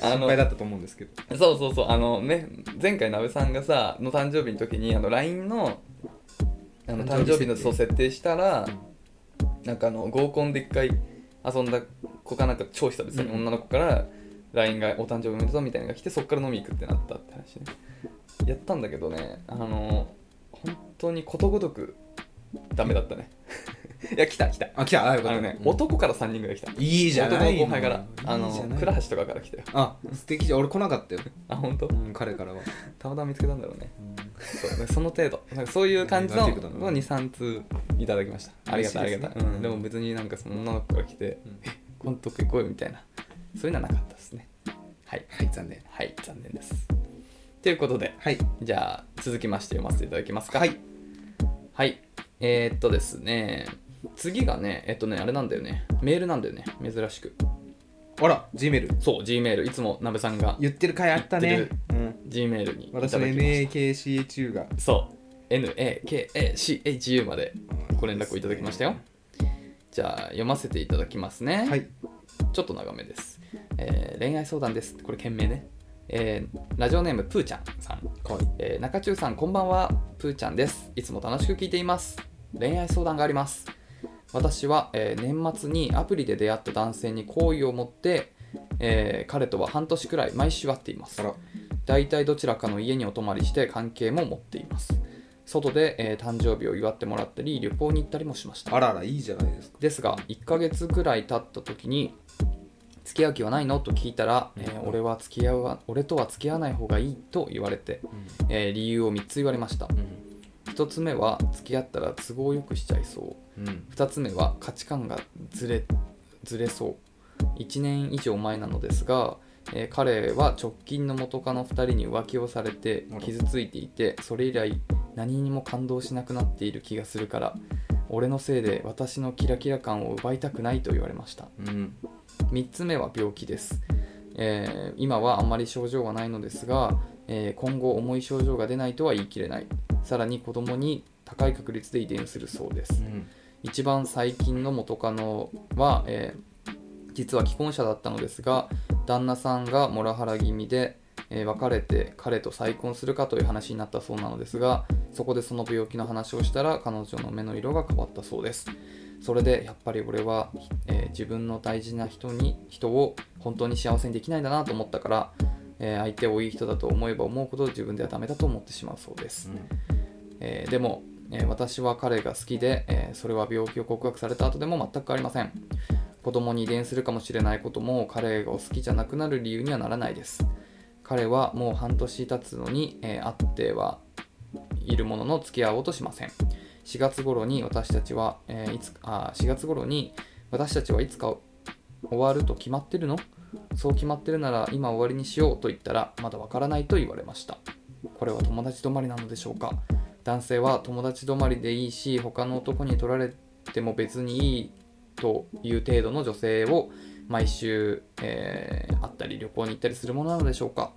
Speaker 2: あの
Speaker 1: 心配だったと思うんですけど
Speaker 2: そうそうそうあのね前回なべさんがさの誕生日の時にあの LINE のあの誕
Speaker 1: 誕
Speaker 2: 生
Speaker 1: 生
Speaker 2: 日
Speaker 1: 日設
Speaker 2: の
Speaker 1: 定
Speaker 2: そう設定したら、
Speaker 1: うん
Speaker 2: なんかあの合コンで一回遊んだ子かなんか超久々に
Speaker 1: うん
Speaker 2: 女の子から LINE が「お誕生日おめでとう」みたいなのが来てそっから飲み行くってなったって話ねやったんだけどねあの本当にことごとくダメだったね いや来た来た
Speaker 1: あ来たあよ
Speaker 2: あ
Speaker 1: かっ
Speaker 2: の
Speaker 1: た
Speaker 2: ね、
Speaker 1: うん
Speaker 2: 男から3人ぐらい来た
Speaker 1: いいじゃない
Speaker 2: 男の後輩からあ
Speaker 1: いいじゃ
Speaker 2: の
Speaker 1: ない
Speaker 2: 倉橋とかから来たよ
Speaker 1: あ素敵じゃん俺来なかったよ、
Speaker 2: あ本当
Speaker 1: うん、彼からは、
Speaker 2: たまたま見つけたんだろうねそうねその程度なんかそういう感じの
Speaker 1: なんていうことなの
Speaker 2: 23通いただきましたありがたいあ
Speaker 1: 嬉しいですね
Speaker 2: りがたい、うん
Speaker 1: うん
Speaker 2: でも別になんかその女の子から来て
Speaker 1: うん
Speaker 2: 「今度行こうよ」みたいなそういうのはなかったですねはい
Speaker 1: はい残念
Speaker 2: はい残念ですということで
Speaker 1: はい
Speaker 2: じゃあ続きまして読ませていただきますか
Speaker 1: はい
Speaker 2: はいえー、っとですね次がねえっとねあれなんだよねメールなんだよね珍しく
Speaker 1: あら G メール
Speaker 2: そう G メールいつもなべさんが
Speaker 1: 言ってる回あった
Speaker 2: 言っ
Speaker 1: ね
Speaker 2: て、
Speaker 1: うん、
Speaker 2: G メールにいただき
Speaker 1: 私の
Speaker 2: ました
Speaker 1: NAKCHU が
Speaker 2: そう NAKACHU までご連絡をいただきましたよじゃあ読ませていただきますね、
Speaker 1: はい
Speaker 2: ちょっと長めです、えー恋愛相談ですこれ件名ね、えーラジオネームプーちゃんさん、
Speaker 1: かわいい
Speaker 2: えー中中さんこんばんはプーちゃんですいつも楽しく聞いています恋愛相談があります私は、えー年末にアプリで出会った男性に好意を持って、えー彼とは半年くらい毎週会っています
Speaker 1: あら
Speaker 2: 大体どちらかの家にお泊まりして関係も持っています外で、えー誕生日を祝ってもらったり旅行に行ったりもしました
Speaker 1: あらあらいいじゃないですか
Speaker 2: ですが1ヶ月くらい経った時に「付き合う気はないの?」と聞いたら、えー俺は付き合うわ俺とは付き合わない方がいい」と言われて、えー理由を3つ言われました
Speaker 1: うん
Speaker 2: 1つ目は付き合ったら都合よくしちゃいそう
Speaker 1: うん
Speaker 2: 2つ目は価値観がずれずれそう1年以上前なのですが、えー彼は直近の元カノ2人に浮気をされて
Speaker 1: あら
Speaker 2: 傷ついていてそれ以来何にも感動しなくなっている気がするから俺のせいで私のキラキラ感を奪いたくないと言われました
Speaker 1: うん
Speaker 2: 3つ目は病気です、えー今はあまり症状はないのですが、えー今後重い症状が出ないとは言い切れないさらに子供に高い確率で遺伝するそうです、
Speaker 1: うん
Speaker 2: 一番最近の元カノは、えー実は既婚者だったのですが旦那さんがモラハラ気味で、えー別れて彼と再婚するかという話になったそうなのですがそこでその病気の話をしたら彼女の目の色が変わったそうですそれでやっぱり俺は、えー自分の大事な人に人を本当に幸せにできないんだなと思ったから、えー相手をいい人だと思えば思うほど自分ではダメだと思ってしまうそうですえーでも、えー私は彼が好きで、えーそれは病気を告白された後でも全くありません子供に遺伝するかもしれないことも彼が好きじゃなくなる理由にはならないです彼はもう半年経つのに、えー会ってはいるものの付き合おうとしません4月頃に私たちは、えーいつあ4月頃に私たちはいつか終わると決まってるのそう決まってるなら今終わりにしようと言ったらまだわからないと言われましたこれは友達止まりなのでしょうか男性は友達止まりでいいし他の男に取られても別にいいという程度の女性を毎週、えー会ったり旅行に行ったりするものなのでしょうか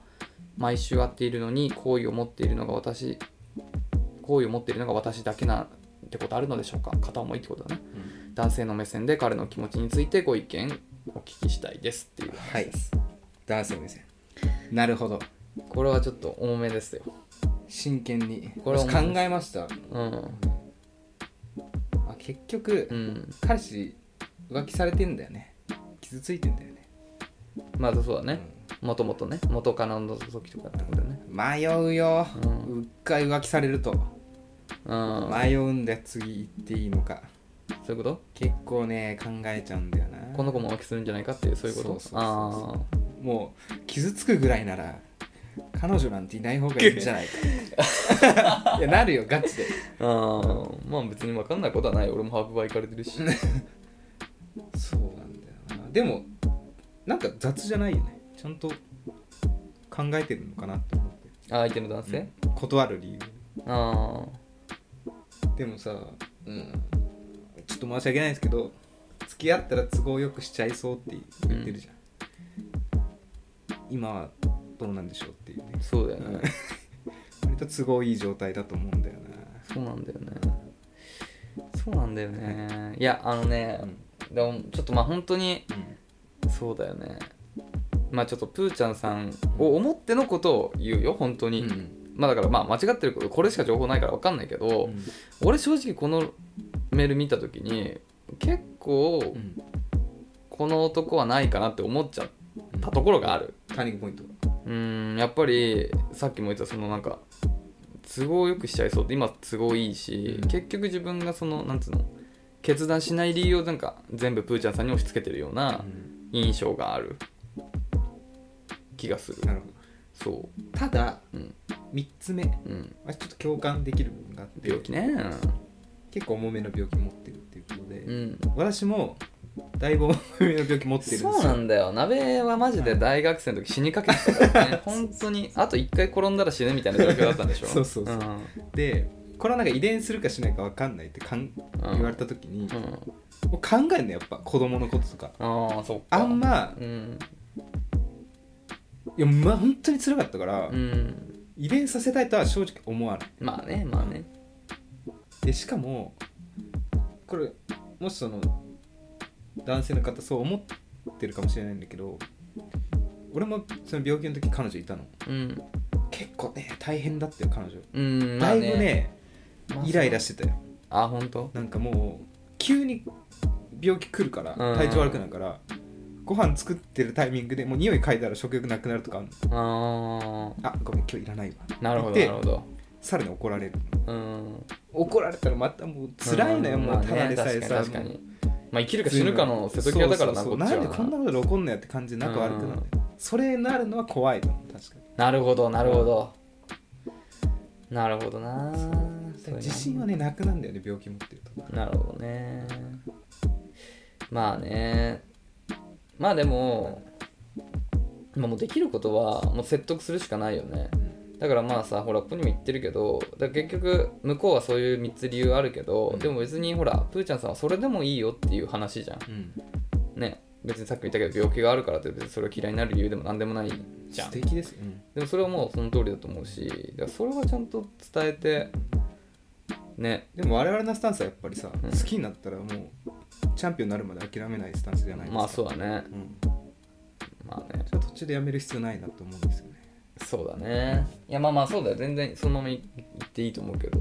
Speaker 2: 毎週会っているのに好意を持っているのが私好意を持っているのが私だけなんてことあるのでしょうか片思いってことだね、男性の目線で彼の気持ちについてご意見お聞きしたいですっていう
Speaker 1: はい男性目線なるほど
Speaker 2: これはちょっと重めですよ
Speaker 1: 真剣に
Speaker 2: これは
Speaker 1: 私考えました
Speaker 2: うん
Speaker 1: あ結局、
Speaker 2: うん
Speaker 1: 彼氏浮気されてんだよね傷ついてんだよね
Speaker 2: まあそうだね、もともとね元カノの時とかってことだよね
Speaker 1: 迷うよ、
Speaker 2: う
Speaker 1: うんっかり浮気されると
Speaker 2: うん、
Speaker 1: 迷うんだよ次行っていいのか
Speaker 2: そういうこ
Speaker 1: 結構ね考えちゃうんだよな
Speaker 2: とこの子も浮気するんじゃないかっていうそういうこと
Speaker 1: そうそうそうそう
Speaker 2: あ
Speaker 1: もう傷つくぐらいなら彼女なんていない方がいいんじゃないか いやなるよガチで
Speaker 2: ーあーまあ別に分かんないことはない俺もハーフバー行かれて るし
Speaker 1: そうなんだよなでもなんか雑じゃないよねちゃんと考えてるのかなって思って
Speaker 2: 相手の男性、
Speaker 1: 断る理由
Speaker 2: あ
Speaker 1: でもさ、うん、ちょっと申し訳ないですけど付き合ったら都合よくしちゃいそうって言ってるじゃん、今はどうなんでしょうっていうね
Speaker 2: あそうだよね、
Speaker 1: 割と都合いい状態だと思うんだよな
Speaker 2: そうなんだよねそうなんだよねいやあのね、でもちょっとまあ本当にそうだよねまあちょっとプーちゃんさんを思ってのことを言うよ本当に、まあだからまあ間違ってることこれしか情報ないから分かんないけど、俺正直このメール見た時に結構この男はないかなって思っちゃったところがある
Speaker 1: ターニングポイント
Speaker 2: うんやっぱりさっきも言ったそのなんか都合よくしちゃいそうって今都合いいし、
Speaker 1: うん
Speaker 2: 結局自分がそのなんつうの決断しない理由をなんか全部プーちゃんさんに押し付けてるような印象がある気がする
Speaker 1: なるほど
Speaker 2: そ
Speaker 1: ただ
Speaker 2: ううん
Speaker 1: 3つ目
Speaker 2: うん
Speaker 1: まあちょっと共感できる部分があって
Speaker 2: 病気ね
Speaker 1: 結構重めの病気持ってるっていうことで、
Speaker 2: うん
Speaker 1: 私もだいぶ重めの病気持ってるんですよ
Speaker 2: そうなんだよ鍋はマジで大学生の時死にかけてたから ね本当にあと一回転んだら死ぬみたいな状況だったんで しょ
Speaker 1: そうそうそうんでこれはなんか遺伝するかしないか分かんないってかん、
Speaker 2: うん
Speaker 1: 言われた時に、
Speaker 2: うん
Speaker 1: もう考えんだよやっぱ子供のこととか
Speaker 2: ああそっか
Speaker 1: あんま
Speaker 2: うん
Speaker 1: いやまあ本当に辛かったから、
Speaker 2: うん
Speaker 1: 遺伝させたいとは正直思わない
Speaker 2: まあねまあね
Speaker 1: でしかもこれもしその男性の方そう思ってるかもしれないんだけど俺もその病気の時彼女いたの
Speaker 2: うん
Speaker 1: 結構ね大変だったよ彼女、
Speaker 2: うんま
Speaker 1: だ
Speaker 2: あ
Speaker 1: いぶね
Speaker 2: まあ
Speaker 1: イライラしてたよ
Speaker 2: あ本当
Speaker 1: なんかもう急に病気来るから
Speaker 2: うん
Speaker 1: 体調悪くなるから、ご飯作ってるタイミングでもう匂い嗅いだら食欲なくなるとかあるの
Speaker 2: あ
Speaker 1: あごめん今日いらないわ
Speaker 2: あなるほど
Speaker 1: で
Speaker 2: なるほど
Speaker 1: さらに怒られる
Speaker 2: うん
Speaker 1: 怒られたらまたもう辛いのよ、
Speaker 2: うん
Speaker 1: もうただでさえ
Speaker 2: まあね
Speaker 1: さ
Speaker 2: 確かに確かにまあ生きるか死ぬかの瀬戸際だからな
Speaker 1: そうそうそう
Speaker 2: こっち
Speaker 1: な
Speaker 2: は
Speaker 1: んでこんなことで怒んのやって感じで仲悪くなるのよそれなるのは怖いと思う確か
Speaker 2: なるほどなるほどなるほどな
Speaker 1: に自信はねなくなんだよね病気持ってると
Speaker 2: なるほどねまあねまあでもまあもうできることはもう説得するしかないよねだからまあさほらここにも言ってるけどだから結局向こうはそういう3つ理由あるけど、
Speaker 1: うん
Speaker 2: でも別にほらプーちゃんさんはそれでもいいよっていう話じゃん
Speaker 1: うん、
Speaker 2: ね別にさっきも言ったけど病気があるからって別にそれを嫌いになる理由でも何でもないじゃん
Speaker 1: 素敵ですよ、うん
Speaker 2: でもそれはもうその通りだと思うしだからそれはちゃんと伝えてね
Speaker 1: でも我々のスタンスはやっぱりさ、
Speaker 2: うん
Speaker 1: 好きになったらもうチャンピオンになるまで諦めないスタンスじゃないですか
Speaker 2: まあそう
Speaker 1: う、
Speaker 2: だね
Speaker 1: ん、
Speaker 2: まあね
Speaker 1: それは途中でやめる必要ないなと思うんですよね
Speaker 2: そうだねいやまあまあそうだよ全然そのままい言っていいと思うけど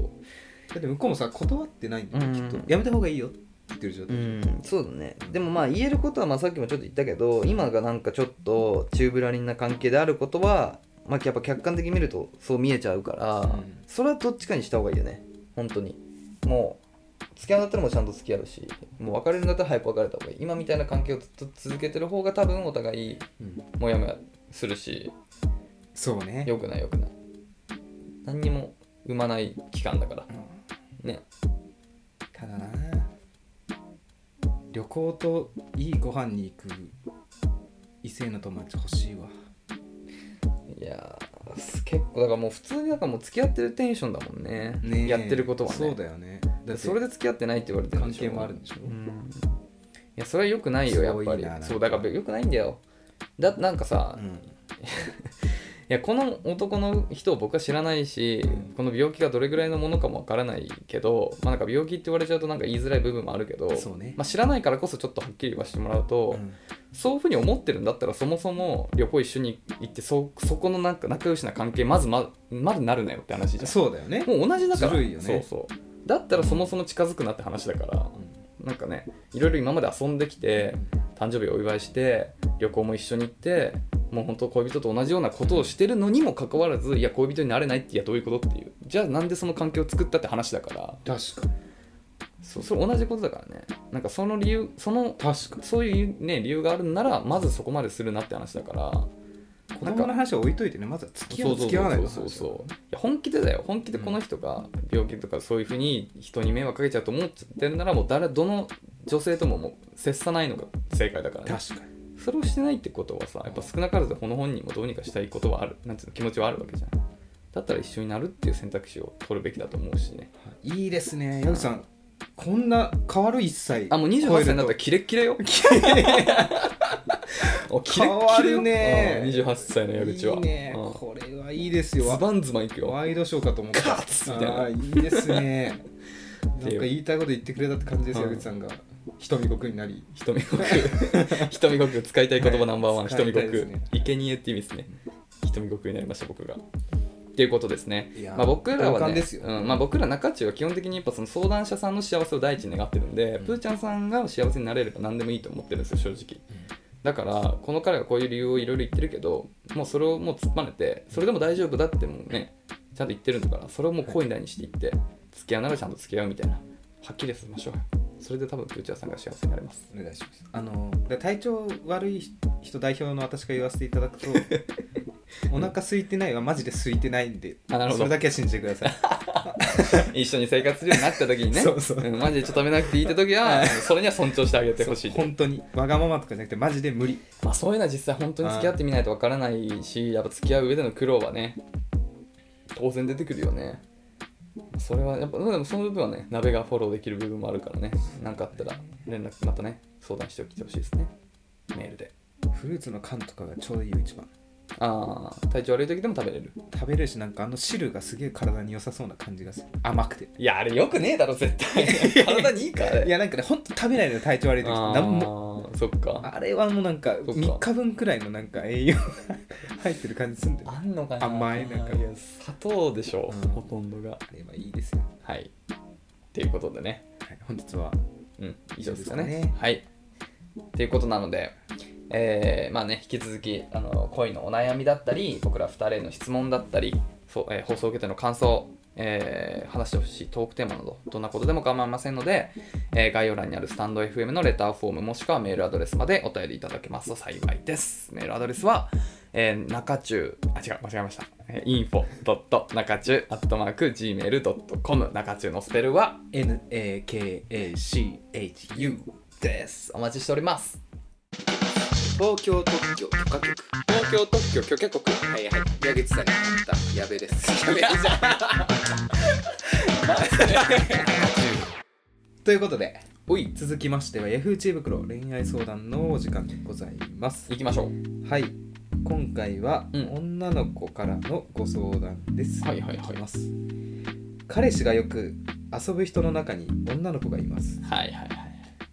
Speaker 1: だって向こうもさ断ってないんだよ、
Speaker 2: うん
Speaker 1: きっとやめた方がいいよって言ってる状態、
Speaker 2: んそうだねでもまあ言えることはまあさっきもちょっと言ったけど今がなんかちょっとチューブラリンな関係であることはまあやっぱ客観的に見るとそう見えちゃうから、
Speaker 1: うん
Speaker 2: それはどっちかにした方がいいよね本当にもう付き合うんだったらもうちゃんと付き合うしもう別れるんだったら早く別れた方がいい今みたいな関係をずっと続けてる方が多分お互い
Speaker 1: うん
Speaker 2: モヤモヤするし
Speaker 1: そうね
Speaker 2: 良くない良くない何にも生まない期間だからね
Speaker 1: ただな旅行といいご飯に行く異性の友達欲しいわ
Speaker 2: いやー結構だからもう普通になんかもう付き合ってるテンションだもんね
Speaker 1: ねえ
Speaker 2: やってることはね
Speaker 1: そうだよねだって
Speaker 2: それで付き合ってないって言われてる
Speaker 1: 関
Speaker 2: んでし
Speaker 1: 係
Speaker 2: ょ
Speaker 1: もあるんでしょ、
Speaker 2: うんいやそれは良くないよやっぱ
Speaker 1: すごい
Speaker 2: り
Speaker 1: ななんか
Speaker 2: そうだから良くないんだよだなんかさ、
Speaker 1: う
Speaker 2: い
Speaker 1: ん
Speaker 2: やこの男の人を僕は知らないしこの病気がどれぐらいのものかもわからないけど、まあ、なんか病気って言われちゃうとなんか言いづらい部分もあるけど、
Speaker 1: そうね
Speaker 2: まあ、知らないからこそちょっとはっきりはしてもらうと、
Speaker 1: うん
Speaker 2: そういうふうに思ってるんだったらそもそも旅行一緒に行ってそそこのなんか仲良しな関係まずままずなるなよって話じゃん
Speaker 1: そうだよね、
Speaker 2: もう同じだから
Speaker 1: ずるいよね
Speaker 2: そうそうだったらそもそも近づくなって話だからなんかねいろいろ今まで遊んできて誕生日お祝いして旅行も一緒に行ってもう本当恋人と同じようなことをしてるのにもかかわらずいや恋人になれないっていやどういうことっていうじゃあなんでその関係を作ったって話だから
Speaker 1: 確かに
Speaker 2: そうそれ同じことだからねなんかその理由その
Speaker 1: 確かに
Speaker 2: そういうね理由があるんならまずそこまでするなって話だから
Speaker 1: 子供の話は置いといてねまずは付き合
Speaker 2: そううそう
Speaker 1: 付き合わない
Speaker 2: そ
Speaker 1: の
Speaker 2: う
Speaker 1: 話
Speaker 2: そうそういや本気でだよ本気でこの人が病気とかそういうふうに人に迷惑かけちゃうと思っちゃってるならもう誰どの女性とももう接さないのが正解だからね
Speaker 1: 確かに
Speaker 2: それをしてないってことはさやっぱ少なからずこの本人もどうにかしたいことはあるなんていうの気持ちはあるわけじゃんだったら一緒になるっていう選択肢を取るべきだと思うしね
Speaker 1: いいですね矢口さんこんな変わる一歳
Speaker 2: あもう28歳になったらキレッ キレ よおキレッキレ
Speaker 1: 変わ
Speaker 2: よ
Speaker 1: るね
Speaker 2: うん28歳の矢口はい
Speaker 1: いね
Speaker 2: うん
Speaker 1: これはいいですよ
Speaker 2: ズバンズバンいくよ
Speaker 1: ワイドショーかと思った。
Speaker 2: カツみたいな
Speaker 1: あーいいです ね。
Speaker 2: て
Speaker 1: な
Speaker 2: い
Speaker 1: ん
Speaker 2: う
Speaker 1: か言いたいこと言ってくれたって感じですよ、
Speaker 2: うん
Speaker 1: 矢口さんが。瞳ごくになり。
Speaker 2: 瞳 ごく瞳ごく使いたい言葉ナンバーワ
Speaker 1: は
Speaker 2: ン、
Speaker 1: い
Speaker 2: 瞳ご
Speaker 1: 使いたいです
Speaker 2: く
Speaker 1: ね
Speaker 2: いけにえって意味ですね瞳ごくになりました僕がっていうことですね
Speaker 1: いやー
Speaker 2: まあ、僕ら
Speaker 1: 同
Speaker 2: は
Speaker 1: 感
Speaker 2: ね
Speaker 1: ですよ
Speaker 2: うんまあ、僕ら中中は基本的にやっぱその相談者さんの幸せを第一に願ってるんで、
Speaker 1: ん
Speaker 2: プーちゃんさんが幸せになれれば何でもいいと思ってるんですよ正直だからこの彼がこういう理由をいろいろ言ってるけどもうそれをもう突っぱねてそれでも大丈夫だってもうねちゃんと言ってるんだからそれをもう恋に対にしていって、付き合うならちゃんと付き合うみたいなはっきりさせましょうよそれで多分プーちゃんさんが幸せになれます
Speaker 1: お願いします。あの、だから体調悪い人代表の私が言わせていただく と、お腹空いてないはマジで空いてないんで、
Speaker 2: あなるほど
Speaker 1: それだけは信じてく ださい。
Speaker 2: 一緒に生活するようになった時 にね
Speaker 1: そうそうん
Speaker 2: マジでちょっと食べなくていいって時はそれには尊重してあげてほしい
Speaker 1: 本当に。わがままとかじゃなくて、マジで無理。
Speaker 2: まあ、そういうのは実際本当に付き合ってみないとわからないしやっぱ付き合う上での苦労はね当然出てくるよねそれはやっぱでもその部分はね鍋がフォローできる部分もあるからね何かあったら連絡またね相談しておきてほしいですねメールで
Speaker 1: フルーツの缶とかがちょうどいいよ、一番。
Speaker 2: ああ体調悪い時でも食べれる
Speaker 1: 食べれるし、なんかあの汁がすげえ体に良さそうな感じがする。甘くて。
Speaker 2: いやあれよくねえだろ絶対体にいいかあれ
Speaker 1: いや、なんかね、ほんと食べないのよ体調悪い時
Speaker 2: あ
Speaker 1: なんも
Speaker 2: ーそっか
Speaker 1: あれはもうなんか
Speaker 2: そっか
Speaker 1: 3日分くらいのなんか栄養が入ってる感じすんだよね
Speaker 2: あんのかな
Speaker 1: 甘いなんか
Speaker 2: いや砂糖でしょ、
Speaker 1: うん
Speaker 2: ほとんどが
Speaker 1: あれはいいですよ、
Speaker 2: はいっていうことでね
Speaker 1: はい、本日は
Speaker 2: うん、以上ですかね。
Speaker 1: ですかね
Speaker 2: はい。ということなので、えーまあね、引き続きあの恋のお悩みだったり、僕ら2人への質問だったり、そうえー放送を受けての感想、えー話してほしいトークテーマなど、どんなことでも構いませんので、えー概要欄にあるスタンド FM のレターフォームもしくはメールアドレスまでお便りいただけますと幸いです。メールアドレスは、えー、中中、あ、違う、間違えました。えー info. 中中、アットマーク、gmail.com。中中のスペルは、
Speaker 1: NAKACHU
Speaker 2: です。お待ちしております。
Speaker 3: 東京特許許可局
Speaker 2: 東京特許許可局
Speaker 3: はいはい矢口さんに会った矢部です
Speaker 2: やべえじゃ ん
Speaker 1: ということで
Speaker 2: おい
Speaker 1: 続きましては Yahoo 知恵袋恋愛相談のお時間でございます
Speaker 2: 行きましょ
Speaker 1: はい今回は、
Speaker 2: うん
Speaker 1: 女の子からのご相談です
Speaker 2: うはいはいはい
Speaker 1: きます彼氏がよく遊ぶ人の中に女の子がいます
Speaker 2: はいはいはい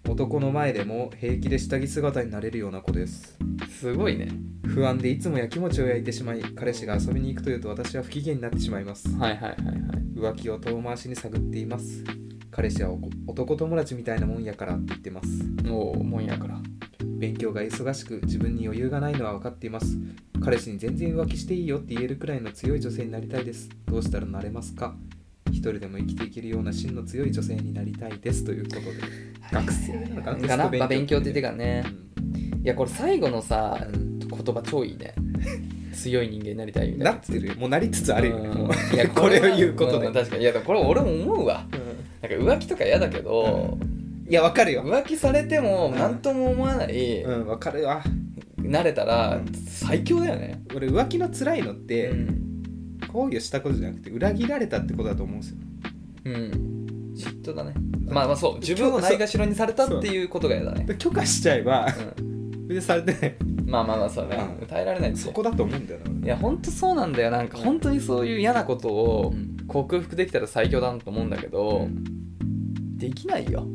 Speaker 1: 男の前でも平気で下着姿になれるような子です
Speaker 2: すごいね
Speaker 1: 不安でいつもやきもちを焼いてしまい彼氏が遊びに行くというと私は不機嫌になってしまいます
Speaker 2: はいはいはいはい
Speaker 1: 浮気を遠回しに探っています彼氏はおこ男友達みたいなもんやからって言ってます
Speaker 2: おおもんやから
Speaker 1: 勉強が忙しく自分に余裕がないのは分かっています彼氏に全然浮気していいよって言えるくらいの強い女性になりたいですどうしたらなれますか一人でも生きていけるような真の強い女性になりたいですということで学生なのかな
Speaker 2: かなまあ勉強って言って
Speaker 1: か
Speaker 2: からねいやこれ最後のさ言葉超いいね強い人間になりたいみたい
Speaker 1: な
Speaker 2: な
Speaker 1: ってるよもうなりつつあるよね
Speaker 2: うん
Speaker 1: もう
Speaker 2: いや
Speaker 1: これを言うことで
Speaker 2: ん確かにいやでもこれ俺も思うわなんか浮気とか嫌だけど、
Speaker 1: いや分かるよ
Speaker 2: 浮気されても何とも思わない、
Speaker 1: うん分かるわ
Speaker 2: 慣れたら
Speaker 1: うん
Speaker 2: 最強だよね、
Speaker 1: 俺浮気の辛いのって、
Speaker 2: うん
Speaker 1: 行為をしたことじゃなくて裏切られたってことだと思うんですよ
Speaker 2: うん嫉妬だねまあまあそう自分をないがしろにされたっていうことが嫌だね
Speaker 1: で許可しちゃえば
Speaker 2: う ん
Speaker 1: 別にされてない
Speaker 2: まあまあまあそうだね
Speaker 1: うん
Speaker 2: 耐えられないって
Speaker 1: そこだと思うんだよな俺
Speaker 2: いや本当そうなんだよなんか本当にそういう嫌なことを
Speaker 1: うん
Speaker 2: 克服できたら最強だと思うんだけど、できないよ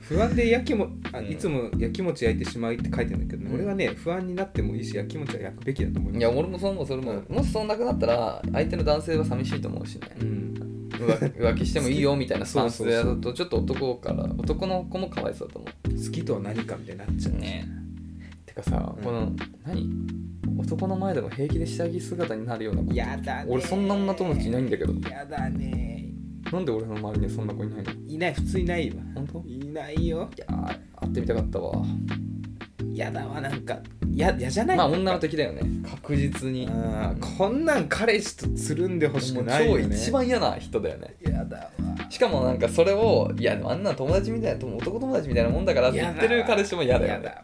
Speaker 1: 不安でやきもあ、
Speaker 2: うん
Speaker 1: いつもやきもち焼いてしまいって書いてるんだけどね、
Speaker 2: うん
Speaker 1: 俺はね不安になってもいいしやきもちは焼くべきだと思います
Speaker 2: いや俺もそう思うそれも、もしそうなくなったら相手の男性は寂しいと思うしね、
Speaker 1: うん
Speaker 2: 浮気浮気してもいいよみたいなスタンス だ
Speaker 1: そう
Speaker 2: とちょっと男から男の子もかわいそうだと思
Speaker 1: 好きとは何かみたいになっちゃう
Speaker 2: うねてかさ、
Speaker 1: うん
Speaker 2: この何男の前でも平気で下着姿になるような子
Speaker 1: やだね
Speaker 2: 俺そんな女友達いないんだけど
Speaker 1: やだね
Speaker 2: なんで俺の周りにそんな子いないの
Speaker 1: いない普通いないわ
Speaker 2: 本当い
Speaker 1: いないよ
Speaker 2: やー会ってみたかったわ
Speaker 1: やだわなんかややじゃない
Speaker 2: まあ女の敵だよね確実に
Speaker 1: あーこんなん彼氏とつるんでほし
Speaker 2: も
Speaker 1: く
Speaker 2: う
Speaker 1: ないよ
Speaker 2: 超
Speaker 1: ね
Speaker 2: 一番嫌な人だよね
Speaker 1: やだわ
Speaker 2: しかもなんかそれをいやでもあんな友達みたいな男友達みたいなもんだからって言ってる彼氏も嫌だよね
Speaker 1: や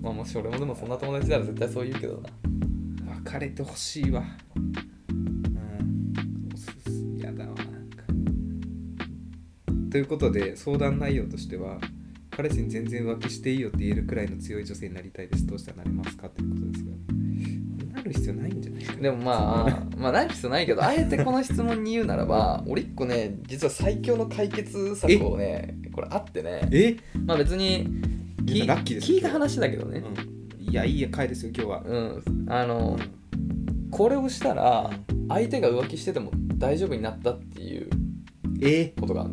Speaker 2: まあもし俺もでもそんな友達なら絶対そう言うけどな
Speaker 1: だわ別れてほしいわうんやだわなんかということで相談内容としては彼氏に全然浮気していいよって言えるくらいの強い女性になりたいですどうしたらなれますかということですがなる必要ないんじゃないかな
Speaker 2: でもまあ まあない必要ないけどあえてこの質問に言うならば俺一個ね実は最強の解決策をねこれあってね
Speaker 1: え、
Speaker 2: まあ別に
Speaker 1: み
Speaker 2: 聞
Speaker 1: んなラッキーです
Speaker 2: 聞いた話だけど
Speaker 1: う
Speaker 2: ね
Speaker 1: ん、いやいい回ですよ今日は、
Speaker 2: うんあの
Speaker 1: うん
Speaker 2: これをしたら相手が浮気してても大丈夫になったっていう
Speaker 1: え
Speaker 2: ことがある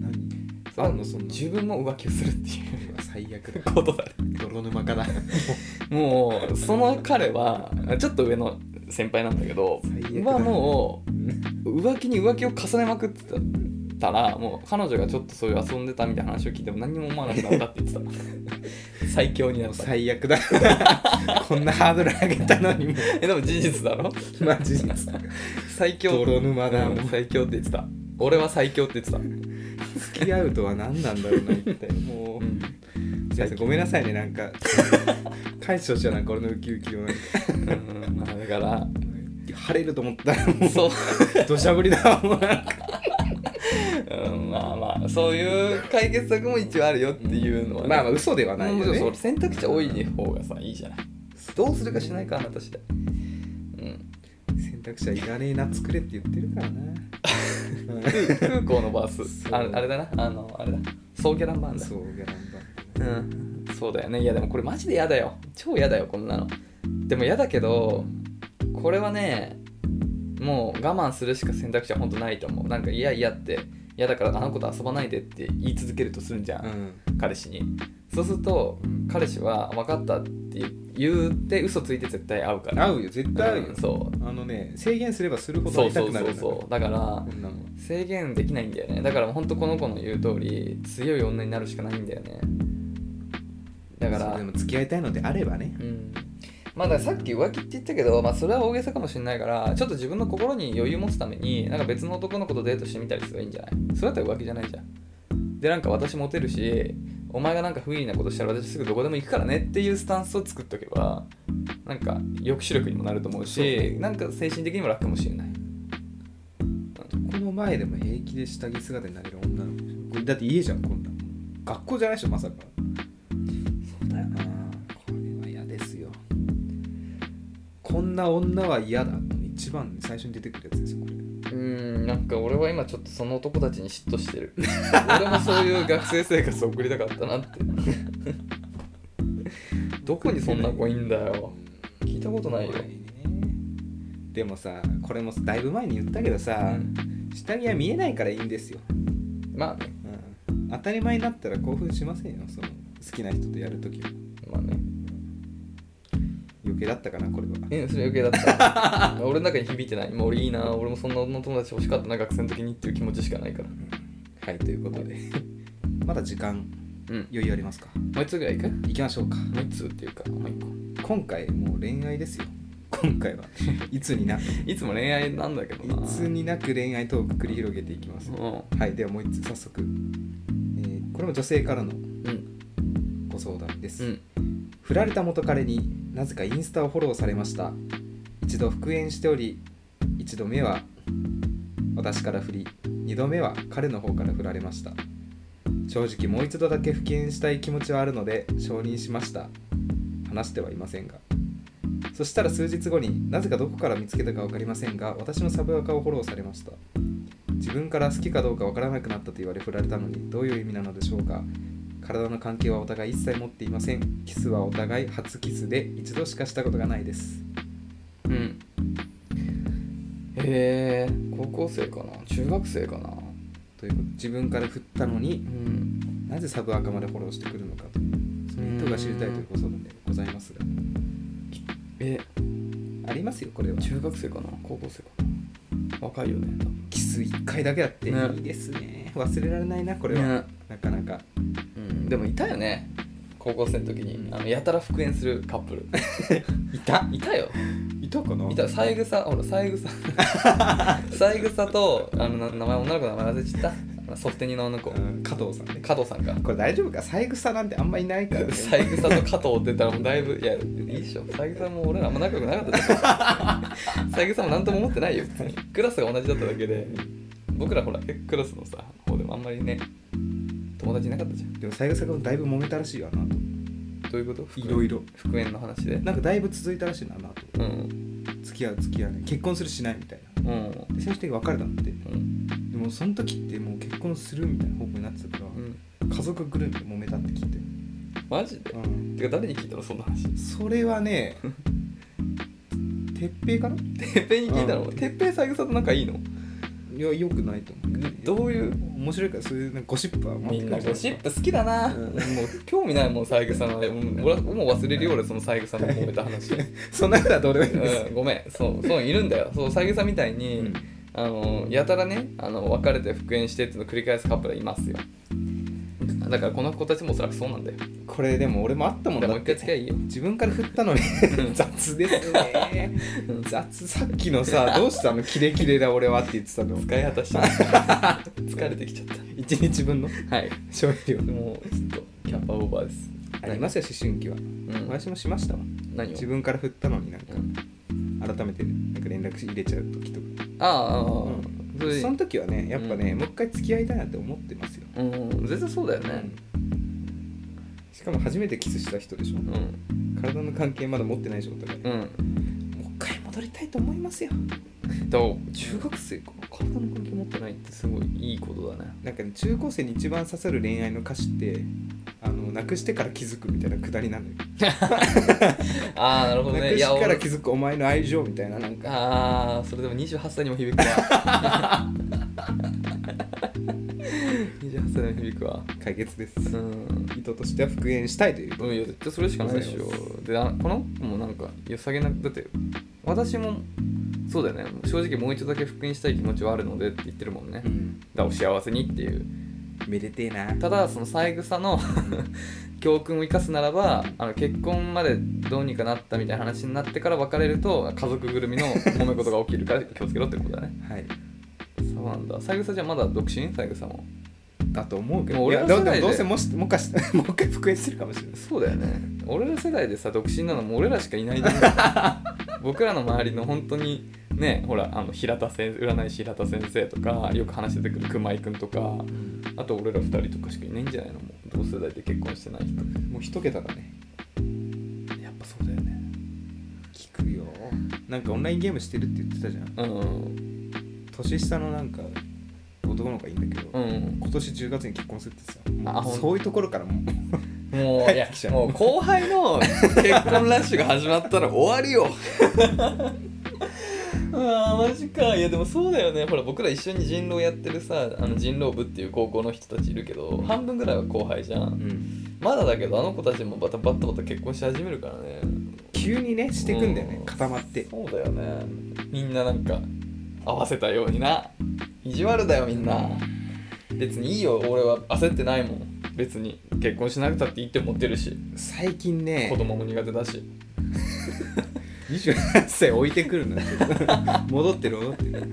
Speaker 1: 何
Speaker 2: の
Speaker 1: あんのそんな
Speaker 2: 自分も浮気をするっていう
Speaker 1: うわ最悪だ
Speaker 2: ことだね
Speaker 1: 泥沼かだ
Speaker 2: もうその彼はちょっと上の先輩なんだけど
Speaker 1: 最悪だね
Speaker 2: はもう浮気に浮気を重ねまくってたらもう彼女がちょっとそういう遊んでたみたいな話を聞いても何にも思わなくなったって言って た最強になった
Speaker 1: 最悪だ こんなハードル上げたのにも
Speaker 2: えでも事実だ ろ
Speaker 1: うマジで
Speaker 2: 最 強
Speaker 1: 泥沼だも
Speaker 2: うん
Speaker 1: う
Speaker 2: 最強って言ってた俺は最強って言ってた、
Speaker 1: 付き合うとは何なんだろうな一体もう、先生ごめんなさいねなん か解消しようなんか俺のウキウキをなんか
Speaker 2: うんまあだから
Speaker 1: 晴れると思ったらも
Speaker 2: そう
Speaker 1: う土砂降りだわもうなんか
Speaker 2: うんまあまあそういう解決策も一応あるよっていうのは ね、
Speaker 1: まあまあ嘘ではないよ
Speaker 2: もちろんそう
Speaker 1: ね
Speaker 2: 選択肢多い方がさいいじゃないどうするかしないかはあなた次第うん
Speaker 1: 選択肢はいらねえな作れって言ってるからな
Speaker 2: 空港のバー
Speaker 1: そ
Speaker 2: ス
Speaker 1: う
Speaker 2: あれあれだなあのあれだソーギャランバー
Speaker 1: う
Speaker 2: ン
Speaker 1: ん
Speaker 2: だ
Speaker 1: そうギャランバ
Speaker 2: うんそうだよねいやでもこれマジで嫌だよ超嫌だよこんなのでも嫌だけどこれはねもう我慢するしか選択肢は本当ないと思うなんか嫌嫌って嫌だからあの子と遊ばないでって言い続けるとするんじゃん、
Speaker 1: うん
Speaker 2: 彼氏にそうすると彼氏は分かったって言って嘘ついて絶対会うから
Speaker 1: 合うよ絶対合うよ
Speaker 2: うん、そう
Speaker 1: あのね制限すればするほど
Speaker 2: そう
Speaker 1: 痛
Speaker 2: そ
Speaker 1: く
Speaker 2: う
Speaker 1: な
Speaker 2: そ
Speaker 1: る
Speaker 2: うん
Speaker 1: だ
Speaker 2: そうだから
Speaker 1: こんなもん
Speaker 2: 制限できないんだよねだから本当この子の言う通り強い女になるしかないんだよねだか
Speaker 1: そう
Speaker 2: ら
Speaker 1: でも付き合いたいのであればね
Speaker 2: うんまあだからさっき浮気って言ったけど、まあ、それは大げさかもしれないからちょっと自分の心に余裕持つためになんか別の男の子とデートしてみたりすればいいんじゃないそれだったら浮気じゃないじゃんでなんか私モテるしお前がなんか不利なことしたら私すぐどこでも行くからねっていうスタンスを作っとけばなんか抑止力にもなると思うしなんか精神的にも楽かもしれない
Speaker 1: この前でも平気で下着姿になれる女の子でしょこれだって家じゃんこんなん学校じゃないでしょまさか
Speaker 2: そうだよ
Speaker 1: あーこれは嫌ですよこんな女は嫌だ一番最初に出てくるやつですよこれ
Speaker 2: うんなんか俺は今ちょっとその男たちに嫉妬してる 俺もそういう学生生活を送りたかったなってどこにそんな子いんだよ聞いたことないよ
Speaker 1: ねでもさこれもだいぶ前に言ったけどさ、下着は見えないからいいんですよ、
Speaker 2: まあね
Speaker 1: うん、当たり前になったら興奮しませんよその好きな人とやるときは
Speaker 2: まあね
Speaker 1: 余計だったかなこれは
Speaker 2: えそれ余計 だった俺の中に響いてないもう俺いいな俺もそんな女の友達欲しかったな学生の時にっていう気持ちしかないから
Speaker 1: はいということで まだ時間
Speaker 2: うん
Speaker 1: 余裕ありますか
Speaker 2: もう一つぐらいいくも
Speaker 1: 行きましょうか
Speaker 2: う一つっていうかもう一個
Speaker 1: 今回もう恋愛ですよ今回 はいつになくい
Speaker 2: いつも恋愛なんだけどない
Speaker 1: つになく恋愛トーク繰り広げていきます
Speaker 2: うん
Speaker 1: はいではもう一つ早速、えーこれも女性からの
Speaker 2: うん
Speaker 1: ご相談です、
Speaker 2: うん
Speaker 1: 振られた元彼になぜかインスタをフォローされました一度復縁しており一度目は私から振り二度目は彼の方から振られました正直もう一度だけ復縁したい気持ちはあるので承認しました話してはいませんがそしたら数日後になぜかどこから見つけたか分かりませんが私のサブアカをフォローされました自分から好きかどうか分からなくなったと言われ振られたのにどういう意味なのでしょうか体の関係はお互い一切持っていませんキスはお互い初キスで一度しかしたことがないです
Speaker 2: うんへえ高校生かな中学生かな
Speaker 1: ということ自分から振ったのに
Speaker 2: うん
Speaker 1: なぜサブアカまでフォローしてくるのかというその意図が知りたいというご相談でございますが
Speaker 2: え
Speaker 1: ありますよこれは
Speaker 2: 中学生かな高校生かな若いよね
Speaker 1: キス1回だけだって
Speaker 2: ね
Speaker 1: いいですね忘れられないなこ
Speaker 2: こ
Speaker 1: れは、なかなか
Speaker 2: うん、でもいたよね高校生の時に、
Speaker 1: うん
Speaker 2: あのやたら復縁するカップル
Speaker 1: いた
Speaker 2: いたよ
Speaker 1: いたかない
Speaker 2: た三枝ほら 三枝三枝とあのな名前女の子の名前忘れちゃったあのソフテニのあの子
Speaker 1: うん加藤さんね
Speaker 2: 加藤さんか
Speaker 1: これ大丈夫か三枝なんてあんまいない からね
Speaker 2: 三枝と加藤って言ったらもうだいぶいやいいっしょ三枝も俺らあんま仲良くなかっ たじゃん三枝も何とも思ってないよ別にクラスが同じだっただけで僕らほらクラスのさ方でもあんまりね友達いなかったじゃん
Speaker 1: でも三枝君だいぶ揉めたらしいよあの後
Speaker 2: どういうこと
Speaker 1: いろいろ
Speaker 2: 復縁の話で
Speaker 1: なんかだいぶ続いたらしいなあの後
Speaker 2: うん
Speaker 1: 付き合う付き合わない結婚するしないみたいな
Speaker 2: うん
Speaker 1: で最終的に別れたのって
Speaker 2: うん
Speaker 1: でもその時ってもう結婚するみたいな方向になってたから、
Speaker 2: うん
Speaker 1: 家族ぐるみで揉めたって聞いて、
Speaker 2: マジで
Speaker 1: うん、
Speaker 2: てか誰に聞いたのそんな話
Speaker 1: それはね鉄平かな
Speaker 2: てっぺんに聞いたの
Speaker 1: うん
Speaker 2: てっぺん三枝と仲いいの
Speaker 1: いやよくないと思うけど
Speaker 2: どういう
Speaker 1: 面白いからそういうなんかゴシップは
Speaker 2: みんなゴシップ好きだな、
Speaker 1: うん
Speaker 2: もう興味ないもん三枝のうん俺はもう忘れるよ俺その三枝の揉めた 話、
Speaker 1: そんなことはどうでもいいんですよ、
Speaker 2: うん、ごめんそうそういるんだよそう三枝みたいに、
Speaker 1: うん
Speaker 2: あのやたらねあの別れて復縁してっていうのを繰り返すカップルはいますよだからこの子たちもおそらくそうなんだよ
Speaker 1: これでも俺もあったもん
Speaker 2: で
Speaker 1: だ
Speaker 2: もう一回付き合いいい よ
Speaker 1: 自分から振った のに雑ですね
Speaker 2: うん
Speaker 1: 雑さっきのさどうしたのキレキレだ俺はって言ってたの
Speaker 2: 使い果たした 疲れてきちゃっ
Speaker 1: 一日 分の
Speaker 2: たはい
Speaker 1: 消費量
Speaker 2: もうちょっとキャパオーバーです
Speaker 1: ありますよ思春期は、
Speaker 2: うん
Speaker 1: 私もしましたもん
Speaker 2: 何を
Speaker 1: 自分から振ったのになんか
Speaker 2: うん
Speaker 1: 改めてなんか連絡入れちゃう時とか
Speaker 2: ああああ、うそれ
Speaker 1: その時はねやっぱね、
Speaker 2: うん
Speaker 1: もう一回付き合いたいなって思ってますよ、
Speaker 2: うん全然そうだよ
Speaker 1: う
Speaker 2: ね
Speaker 1: んしかも初めてキスした人でしょ、
Speaker 2: うん
Speaker 1: 体の関係まだ持ってない状態で、
Speaker 2: うん、
Speaker 1: もう一回戻りたいと思いますよ
Speaker 2: だから中学生か体の関係持ってないってすごいいいことだね
Speaker 1: なんかね中高生に一番刺さる恋愛の歌詞ってあのなくしてから気づくみたいなくだりなのよ
Speaker 2: ああなるほど
Speaker 1: な
Speaker 2: ね
Speaker 1: く
Speaker 2: い
Speaker 1: し
Speaker 2: や
Speaker 1: から
Speaker 2: 俺
Speaker 1: 気づくお前の愛情みたいななんか
Speaker 2: ああそれでも28歳にも響くわ 28歳にも響くわ
Speaker 1: 解決です、
Speaker 2: うん
Speaker 1: 意図としては復縁したいという
Speaker 2: うんいや絶対それしかないでしょであこの子もなんか良さげなだって私もそうだよね正直もう一度だけ復縁したい気持ちはあるのでって言ってるもんね、
Speaker 1: うん
Speaker 2: だからお幸せにっていう
Speaker 1: めでてえな
Speaker 2: ただその三枝の教訓を生かすならばあの結婚までどうにかなったみたいな話になってから別れると家族ぐるみの揉め事が起きるから気をつけろってことだね
Speaker 1: はい
Speaker 2: そうなんだ三枝じゃまだ独身三枝も
Speaker 1: だと思うけ
Speaker 2: も
Speaker 1: ど
Speaker 2: う
Speaker 1: い
Speaker 2: 俺
Speaker 1: や
Speaker 2: ら
Speaker 1: でも
Speaker 2: 世代
Speaker 1: で
Speaker 2: で
Speaker 1: もどうせもし もう一回しもう一回復縁するかもしれない
Speaker 2: そうだよね俺ら世代でさ独身なのもう俺らしかいないんだよ 僕らの周りの本当にねほらあの平田先生占い師平田先生とかよく話してくる熊井君とかあと俺ら2人とかしかいないんじゃないのもう同世代で結婚してない人
Speaker 1: もう一桁だね
Speaker 2: やっぱそうだよね
Speaker 1: 聞くよなんかオンラインゲームしてるって言ってたじゃん
Speaker 2: うん
Speaker 1: 年下のなんか男の子がいいんだけど、
Speaker 2: うん
Speaker 1: 今年10月に結婚するってさ
Speaker 2: あ
Speaker 1: もう
Speaker 2: ほん
Speaker 1: そういうところからもう
Speaker 2: も ういや
Speaker 1: きちゃう
Speaker 2: もう後輩の結婚ラッシュが始まったら終わりよ あーマジかいやでもそうだよねほら僕ら一緒に人狼やってるさあの人狼部っていう高校の人たちいるけど半分ぐらいは後輩じゃんまだだけどあの子たちもバタバタバタ結婚し始めるからね
Speaker 1: 急にねしてくんだよ
Speaker 2: う
Speaker 1: ね
Speaker 2: ん
Speaker 1: 固まって
Speaker 2: そうだよねみんななんか合わせたようにな意地悪だよみんな別にいいよ俺は焦ってないもん別に結婚しなくたっていいって思ってるし
Speaker 1: 最近ね
Speaker 2: 子供も苦手だし
Speaker 1: 28歳置いてくるん だけど戻ってる戻ってる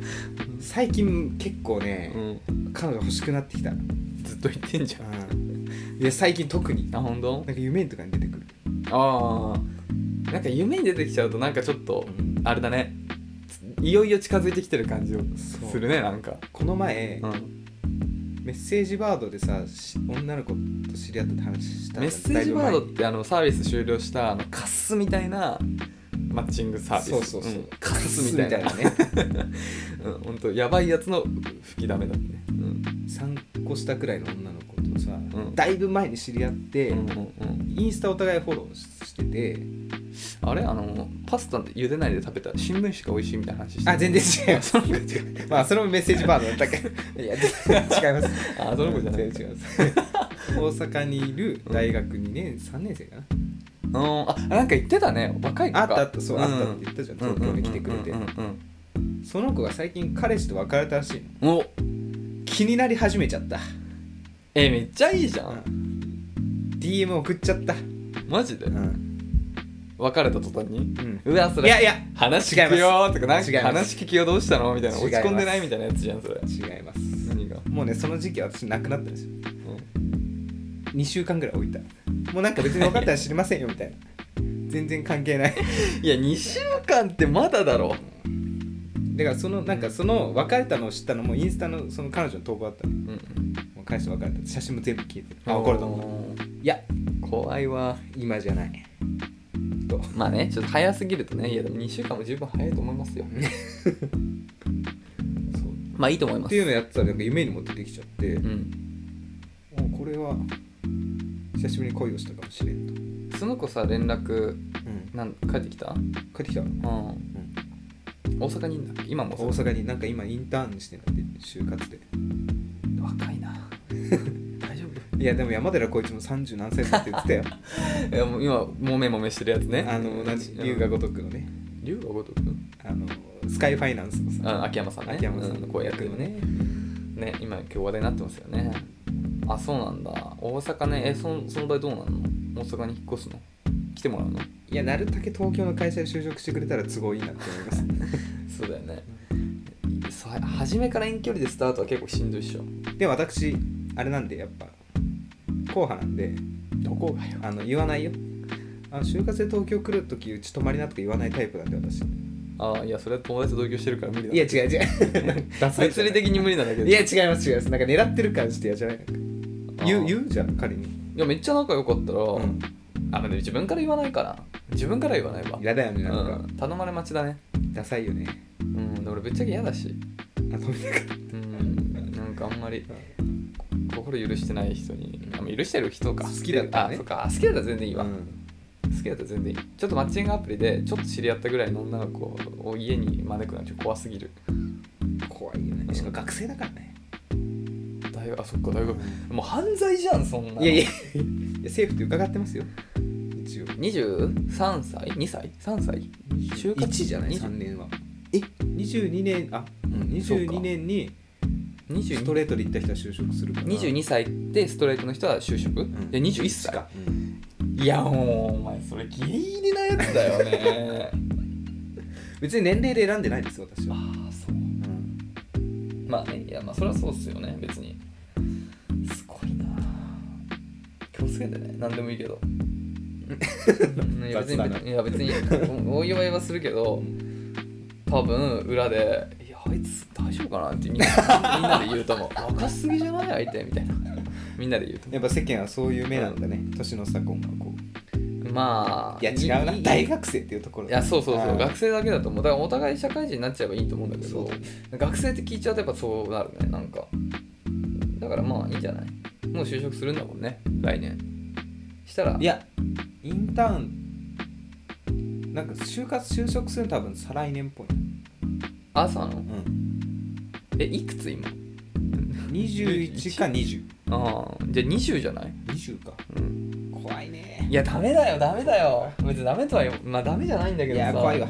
Speaker 1: 最近結構ね、
Speaker 2: ん
Speaker 1: 彼女欲しくなってきた、
Speaker 2: ずっと言ってんじゃん
Speaker 1: いや最近特に
Speaker 2: あ本当
Speaker 1: なんか夢とかに出てくる
Speaker 2: ああなんか夢に出てきちゃうとなんかちょっとあれだねいよいよ近づいてきてる感じを
Speaker 1: そう
Speaker 2: するねなんか
Speaker 1: この前、
Speaker 2: ん
Speaker 1: メッセージバードでさし女の子と知り合ったって話した
Speaker 2: メッセージバードっ
Speaker 1: って
Speaker 2: あのサービス終了したあのカスみたいなマッチングサービス
Speaker 1: そうそうそう、
Speaker 2: んカスみたい
Speaker 1: カ
Speaker 2: な
Speaker 1: スみたいなね
Speaker 2: うん本当やばいやつの吹きだめだってねうん
Speaker 1: 3個下くらいの女の子とさ、
Speaker 2: ん
Speaker 1: だいぶ前に知り合って、
Speaker 2: うんうんうん
Speaker 1: インスタお互いフォローしてて
Speaker 2: あれあのパスタ茹でないで食べた新聞紙が美味しいみたいな話してた
Speaker 1: あ全然違う
Speaker 2: あ その子違う
Speaker 1: まあそれもメッセージバードだったけ どいや違います
Speaker 2: あその子じゃな
Speaker 1: 全
Speaker 2: い
Speaker 1: 然違います大阪にいる大学2年3年生かな
Speaker 2: うんあなんか言ってたね若い子
Speaker 1: あ
Speaker 2: が
Speaker 1: ったあったそうんあったって言ったじゃん東京に来てくれて
Speaker 2: うんうんうん
Speaker 1: その子が最近彼氏と別れたらしいの
Speaker 2: うんお
Speaker 1: 気になり始めちゃった、
Speaker 2: えめっちゃいいじゃ、
Speaker 1: うんん、DM 送っちゃった、
Speaker 2: マジで
Speaker 1: うん
Speaker 2: 別れた途端に
Speaker 1: うん
Speaker 2: うわそ
Speaker 1: い
Speaker 2: れ
Speaker 1: やいや
Speaker 2: 話聞くよーとかなん
Speaker 1: 違い
Speaker 2: か
Speaker 1: ます
Speaker 2: 話聞きよどうしたのみたいな
Speaker 1: 違い
Speaker 2: 落ち
Speaker 1: ます
Speaker 2: 込んでないみたいなやつじゃんそれ
Speaker 1: 違います
Speaker 2: 何が、
Speaker 1: もうねその時期は私なくなったんですよ
Speaker 2: うん
Speaker 1: 2週間ぐらい置いたもうなんか別に分かったら知りませんよみたいな全然関係ない
Speaker 2: いや2週間ってまだだろ
Speaker 1: だからそのなんかその別れたのを知ったのもインスタのその彼女の投稿だったの
Speaker 2: う、ん、
Speaker 1: もう彼氏と別れたって写真も全部消えてるあ怒ると思ういや
Speaker 2: 怖いわ
Speaker 1: 今じゃないと
Speaker 2: まあねちょっと早すぎるとねいやでも2週間も十分早いと思いますよ
Speaker 1: そう
Speaker 2: まあいいと思い
Speaker 1: っ
Speaker 2: ま
Speaker 1: て
Speaker 2: す
Speaker 1: いうのやってたらなんか夢にも出てきちゃって、
Speaker 2: うん
Speaker 1: もうこれは久しぶりに恋をしたかもしれんと、
Speaker 2: その子さ連絡
Speaker 1: うん、
Speaker 2: なん帰ってきたうん
Speaker 1: 帰ってきたわ
Speaker 2: 大阪にいんだっけ今も
Speaker 1: 大阪になんか今インターンしてんだって就活で
Speaker 2: 若い な大丈夫
Speaker 1: いやでも山寺こいつも三十何歳だって言ってたよ
Speaker 2: いやもう今もめもめしてるやつね
Speaker 1: あの同じ龍が如くのね
Speaker 2: 龍がごとく
Speaker 1: あのスカイファイナンスのさ
Speaker 2: あ秋山さんね
Speaker 1: 秋山さん
Speaker 2: う
Speaker 1: の
Speaker 2: こうやって
Speaker 1: のね、
Speaker 2: ね今今日話題になってますよねあそうなんだ大阪ねえそその場合どうなるの大阪に引っ越すの来てもらうの
Speaker 1: いやなるたけ東京の会社で就職してくれたら都合いいなって思います
Speaker 2: そうだよねそう初めから遠距離でスタートは結構しんどいっしょ
Speaker 1: でも私あれなんでやっぱ硬派なんで
Speaker 2: どこがよ
Speaker 1: あの言わないよあの就活で東京来るときうち泊まりなとか言わないタイプなんで私い
Speaker 2: ああいやそれは友達と同居してるから無理だ
Speaker 1: や違う違う脱
Speaker 2: 物理的に無理なだけで
Speaker 1: いや違います違いますなんか狙ってる感じでやじゃない言う言うじゃん仮に
Speaker 2: いやめっちゃ仲良かったら、
Speaker 1: うん
Speaker 2: あまあでも自分から言わないから自分からは言わないわ
Speaker 1: 嫌だよねなんか、
Speaker 2: うん、頼まれ待ちだね
Speaker 1: ダサいよね
Speaker 2: うんで俺ぶっちゃけ嫌だし
Speaker 1: あ飲みながら
Speaker 2: うんなんかあんまり心許してない人にあまあ許してる人か
Speaker 1: 好きだったらね
Speaker 2: あそうかあ好きだったら全然いいわ、
Speaker 1: うん
Speaker 2: 好きだったら全然いいちょっとマッチングアプリでちょっと知り合ったぐらいの女の子を家に招くのはちょっと怖すぎる
Speaker 1: 怖いよねしかも学生だからね
Speaker 2: 大学あそっか大学もう犯罪じゃんそんない
Speaker 1: やいやい や政府って伺ってますよ一応
Speaker 2: 23歳2歳3歳就活
Speaker 1: 1じゃない
Speaker 2: 20
Speaker 1: 3年はえ22年あうん22年にストレートで行った人は就職するから
Speaker 2: 22歳ってストレートの人は就職、
Speaker 1: ん
Speaker 2: で21歳
Speaker 1: か、うん
Speaker 2: いやもうお前それギリギリなやつだよ ね
Speaker 1: 別に年齢で選んでないですよ私は、
Speaker 2: ああそうまあねいやまあそれはそうっすよね別に気をつけてね何でもいいけどいや別
Speaker 1: 雑だな
Speaker 2: にいや別におお祝いはするけど多分裏で「いやあいつ大丈夫かな?」ってみんなみんなで言うと思う「若すぎじゃない相手」みたいなみんなで言うと
Speaker 1: やっぱ世間はそういう目なんだね、年の差婚がこう
Speaker 2: 思うまあ
Speaker 1: いや違うない
Speaker 2: い
Speaker 1: 大
Speaker 2: い
Speaker 1: 学生っていうところ
Speaker 2: やそうそう
Speaker 1: あ
Speaker 2: そう
Speaker 1: ー
Speaker 2: 学生だけだと思うだからお互い社会人になっちゃえばいいと思うんだけ
Speaker 1: そう
Speaker 2: ど
Speaker 1: だね
Speaker 2: 学生って聞いちゃうとやっぱそうなるねなんかだからまあいいんじゃないもう就職するんだもんね来年したら
Speaker 1: いやインターンなんか就活就職するの多分再来年っぽい、
Speaker 2: 朝の
Speaker 1: うん、
Speaker 2: えいくつ今
Speaker 1: 21か2020
Speaker 2: ああじゃあ20じゃない、
Speaker 1: か
Speaker 2: うん、
Speaker 1: 怖いね
Speaker 2: いやダメだよダメだよ別にダメとはよまあダメじゃないんだ
Speaker 1: い
Speaker 2: けどさ
Speaker 1: や怖いわ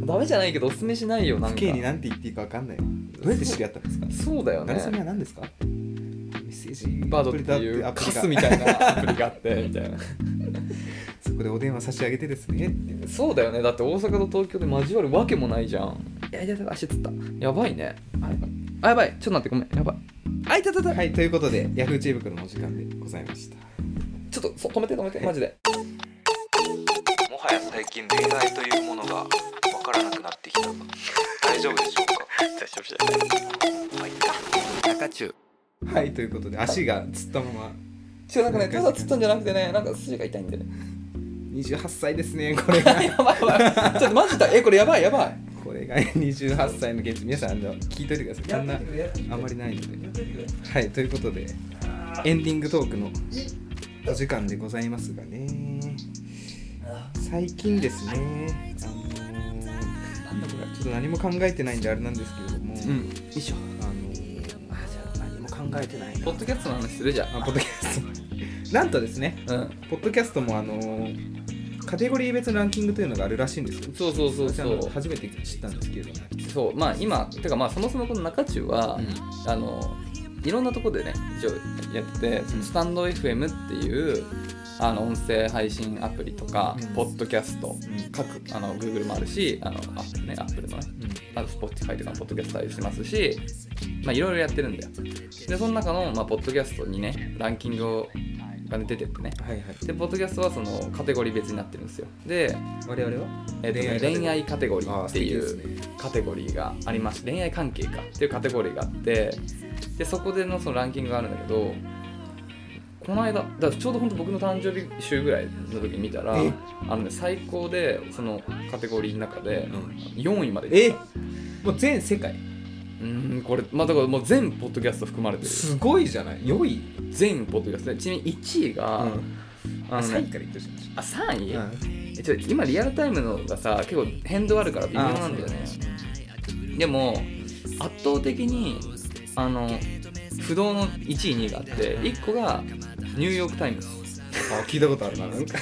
Speaker 2: ダメじゃないけどおすすめしないよなん
Speaker 1: 不
Speaker 2: か
Speaker 1: 敬になんて言っていいか分かんないわどうやって知り合ったんですか
Speaker 2: そうだよ
Speaker 1: な
Speaker 2: ね
Speaker 1: るさみは何ですかメッセージ
Speaker 2: バードっていう
Speaker 1: アプ
Speaker 2: カ
Speaker 1: リだ
Speaker 2: スみたいなアプリがあってみたいな
Speaker 1: そこでお電話差し上げてですねって
Speaker 2: そうだよねだって大阪と東京で交わるわけもないじゃんいやいやだ足つったやばいねあやばいちょっと待ってごめんやばいあいたたた、
Speaker 1: はいということでヤフー知恵袋のお時間でございました
Speaker 2: ちょっとそ止めて止めてマジで
Speaker 4: もはや最近恋愛というものがわからなくなってきた大丈夫でしょうか大丈夫じゃないはい中中
Speaker 1: はいということで足がつったまま
Speaker 2: 違うなんかねただつったんじゃなくてねなんか筋が痛いんでね
Speaker 1: 28歳ですねこれが
Speaker 2: やばいやばいちょっとマジだえこれやばいやばい
Speaker 1: これが28歳の現実皆さんあの聞いといてくださいそんなあんまりないのではいということでエンディングトークのお時間でございますがね最近ですねあのーちょっと何も考えてないんであれなんですけれども、
Speaker 2: うんよいしょ
Speaker 1: あのーあじゃあ何も考えてないな
Speaker 2: ポッドキャストの話するじゃん
Speaker 1: あポッドキャストなんとですね
Speaker 2: うん
Speaker 1: ポッドキャストもあのーカテゴリー別のランキングというのがあるらしいんですよ
Speaker 2: そうそうそうそ
Speaker 1: 私あの
Speaker 2: う
Speaker 1: 初めて知ったんですけれども、
Speaker 2: そうまあ今てかまあそもそもこの中中は、あのいろんなとこでね一応やってて、そのスタンド FM っていうあの音声配信アプリとか、
Speaker 1: うん
Speaker 2: ポッドキャスト
Speaker 1: うん
Speaker 2: 各あの Google もあるしあのアップねアップルのねあと Spotify とかもポッドキャスト対応してますし、まあ、いろいろやってるんだよでその中の、まあ、ポッドキャストにねランキングをがね出てってね
Speaker 1: はいはい
Speaker 2: でポッドキャストはそのカテゴリー別になってるんですよで、
Speaker 1: 我々は
Speaker 2: えっとね
Speaker 1: 恋愛
Speaker 2: 恋愛カテゴリーってい
Speaker 1: あー素
Speaker 2: う
Speaker 1: 敵ですね
Speaker 2: カテゴリーがありまして恋愛関係かっていうカテゴリーがあってでそこでのそのランキングがあるんだけどこの間だからちょうど本当僕の誕生日週ぐらいの時に見たら
Speaker 1: え
Speaker 2: あの、ね、最高でそのカテゴリーの中で
Speaker 1: うん
Speaker 2: 4位まで
Speaker 1: え
Speaker 2: 行った
Speaker 1: もう全世界
Speaker 2: うーんこれまあだからもう全ポッドキャスト含まれてる
Speaker 1: すごいじゃない良い、
Speaker 2: 全ポッドキャストねちなみに1位が、あ
Speaker 1: 3
Speaker 2: の
Speaker 1: 位
Speaker 2: ね
Speaker 1: から言ってほしいんですよ
Speaker 2: あ3位、
Speaker 1: うん
Speaker 2: えちょ今リアルタイムのがさ結構変動あるから微妙なんだよねでも圧倒的にあの不動の1位2位があって1個がニューヨーク・ タイムズ
Speaker 1: あ聞いたことあるななんか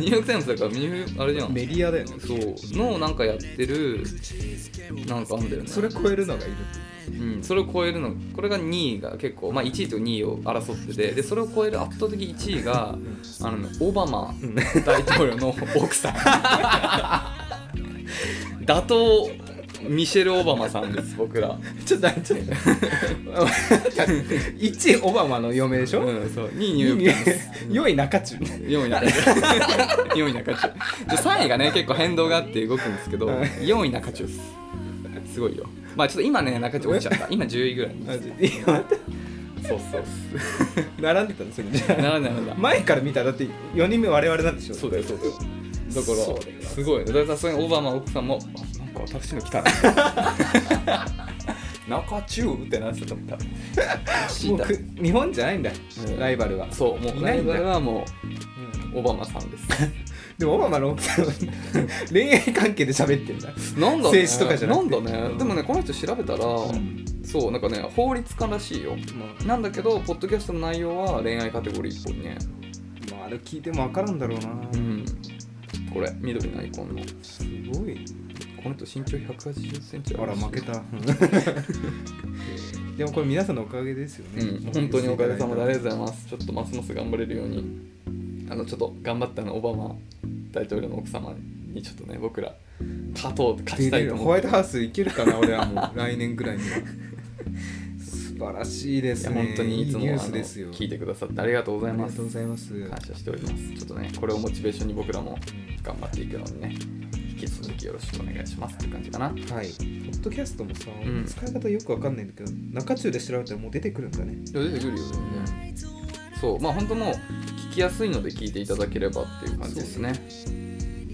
Speaker 2: ニューヨーク・タイムズだからニューあれじゃん
Speaker 1: メディアだよね
Speaker 2: そうのなんかやってるなんかあんだよね
Speaker 1: それ超えるのがいる
Speaker 2: うん、それを超えるのこれが2位が結構、まあ、1位と2位を争っててでそれを超える圧倒的1位があの、ね、オバマ大統領の奥 さん打倒ミシェル・オバマさんです僕ら、
Speaker 1: ちょっと ちょっと1位オバマの嫁でし
Speaker 2: う
Speaker 1: ょ、
Speaker 2: ん、そう2位ニューヨークタイムズ
Speaker 1: 4位中中
Speaker 2: 4位中中 4位中中で3位がね結構変動があって動くんですけど
Speaker 1: はい
Speaker 2: 4位中中ですすごいよまあちょっと今ね中中落ちち ゃった今10位ぐらいに
Speaker 1: マジでいや待って
Speaker 2: そうそう
Speaker 1: 並んでたのそれじゃ
Speaker 2: ならないなら
Speaker 1: あ前から見たらだって4人目我々なんでしょ
Speaker 2: そうだよそうだよだ
Speaker 1: そう
Speaker 2: か
Speaker 1: だよ
Speaker 2: らすごいねだからさすがにオバマ奥さんもあなんか私の来たな中中ってなって たんだ
Speaker 1: もうく日本じゃないんだ、
Speaker 2: うん
Speaker 1: ライバルは
Speaker 2: そうも
Speaker 1: いうな
Speaker 2: ラ
Speaker 1: い
Speaker 2: イ
Speaker 1: んだ
Speaker 2: バルはも
Speaker 1: うん
Speaker 2: うオバマさ んです
Speaker 1: でもオバマの 奥さんは恋愛関係で喋ってんだ
Speaker 2: なんだね
Speaker 1: 政治とかじゃなくて
Speaker 2: んだねでもねこの人調べたら、
Speaker 1: ん
Speaker 2: そうなんかね法律家らしいよなんだけどポッドキャストの内容は恋愛カテゴリーっぽいね
Speaker 1: まああれ聞いても分からんだろうな、
Speaker 2: うんこれ緑のアイコンの
Speaker 1: すごい
Speaker 2: この人身長1 8 0ンチ
Speaker 1: あら負けた でもこれ皆さんのおかげですよ
Speaker 2: う
Speaker 1: ね、
Speaker 2: ん、本当におかげさまであり
Speaker 1: で
Speaker 2: がとうございます。ちょっとますます頑張れるように、あの、ちょっと頑張ったの、オバマ大統領の奥様に、ちょっとね、僕ら、勝とう、勝ちたいと
Speaker 1: ホ
Speaker 2: 思っ
Speaker 1: ワイ
Speaker 2: て。
Speaker 1: トハウス行けるかな俺はもう来年ぐらいにはす素晴らしいで
Speaker 2: い
Speaker 1: す
Speaker 2: や
Speaker 1: ね
Speaker 2: 本当にいつも
Speaker 1: ニュー
Speaker 2: あ
Speaker 1: ス
Speaker 2: の
Speaker 1: ですよ
Speaker 2: 聞いてくださってありがとうござい
Speaker 1: あ
Speaker 2: ま
Speaker 1: りが
Speaker 2: す
Speaker 1: とうございます
Speaker 2: 感謝しておりますちょっとねこれをモチベーションに僕らも頑張っていくのにね引き続きよろしくお願いしますっていう感じかな
Speaker 1: はいポッドキャストもさ、
Speaker 2: ん
Speaker 1: 使い方よくわかんないんだけど中中で調べたらもう出てくるんだね
Speaker 2: いや出てくるよ全然そうまあ本当もう聞きやすいので聞いていただければっていう感じですね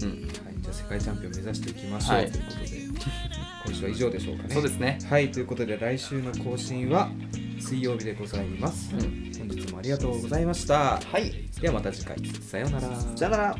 Speaker 2: うん
Speaker 1: はい、じゃあ世界チャンピオン目指していきましょう、
Speaker 2: はい
Speaker 1: ということで今週は以上でしょうかね
Speaker 2: そうですね
Speaker 1: はいということで来週の更新は水曜日でございます、
Speaker 2: うん
Speaker 1: 本日もありがとうございました
Speaker 2: はい
Speaker 1: ではまた次回さようなら
Speaker 2: さよなら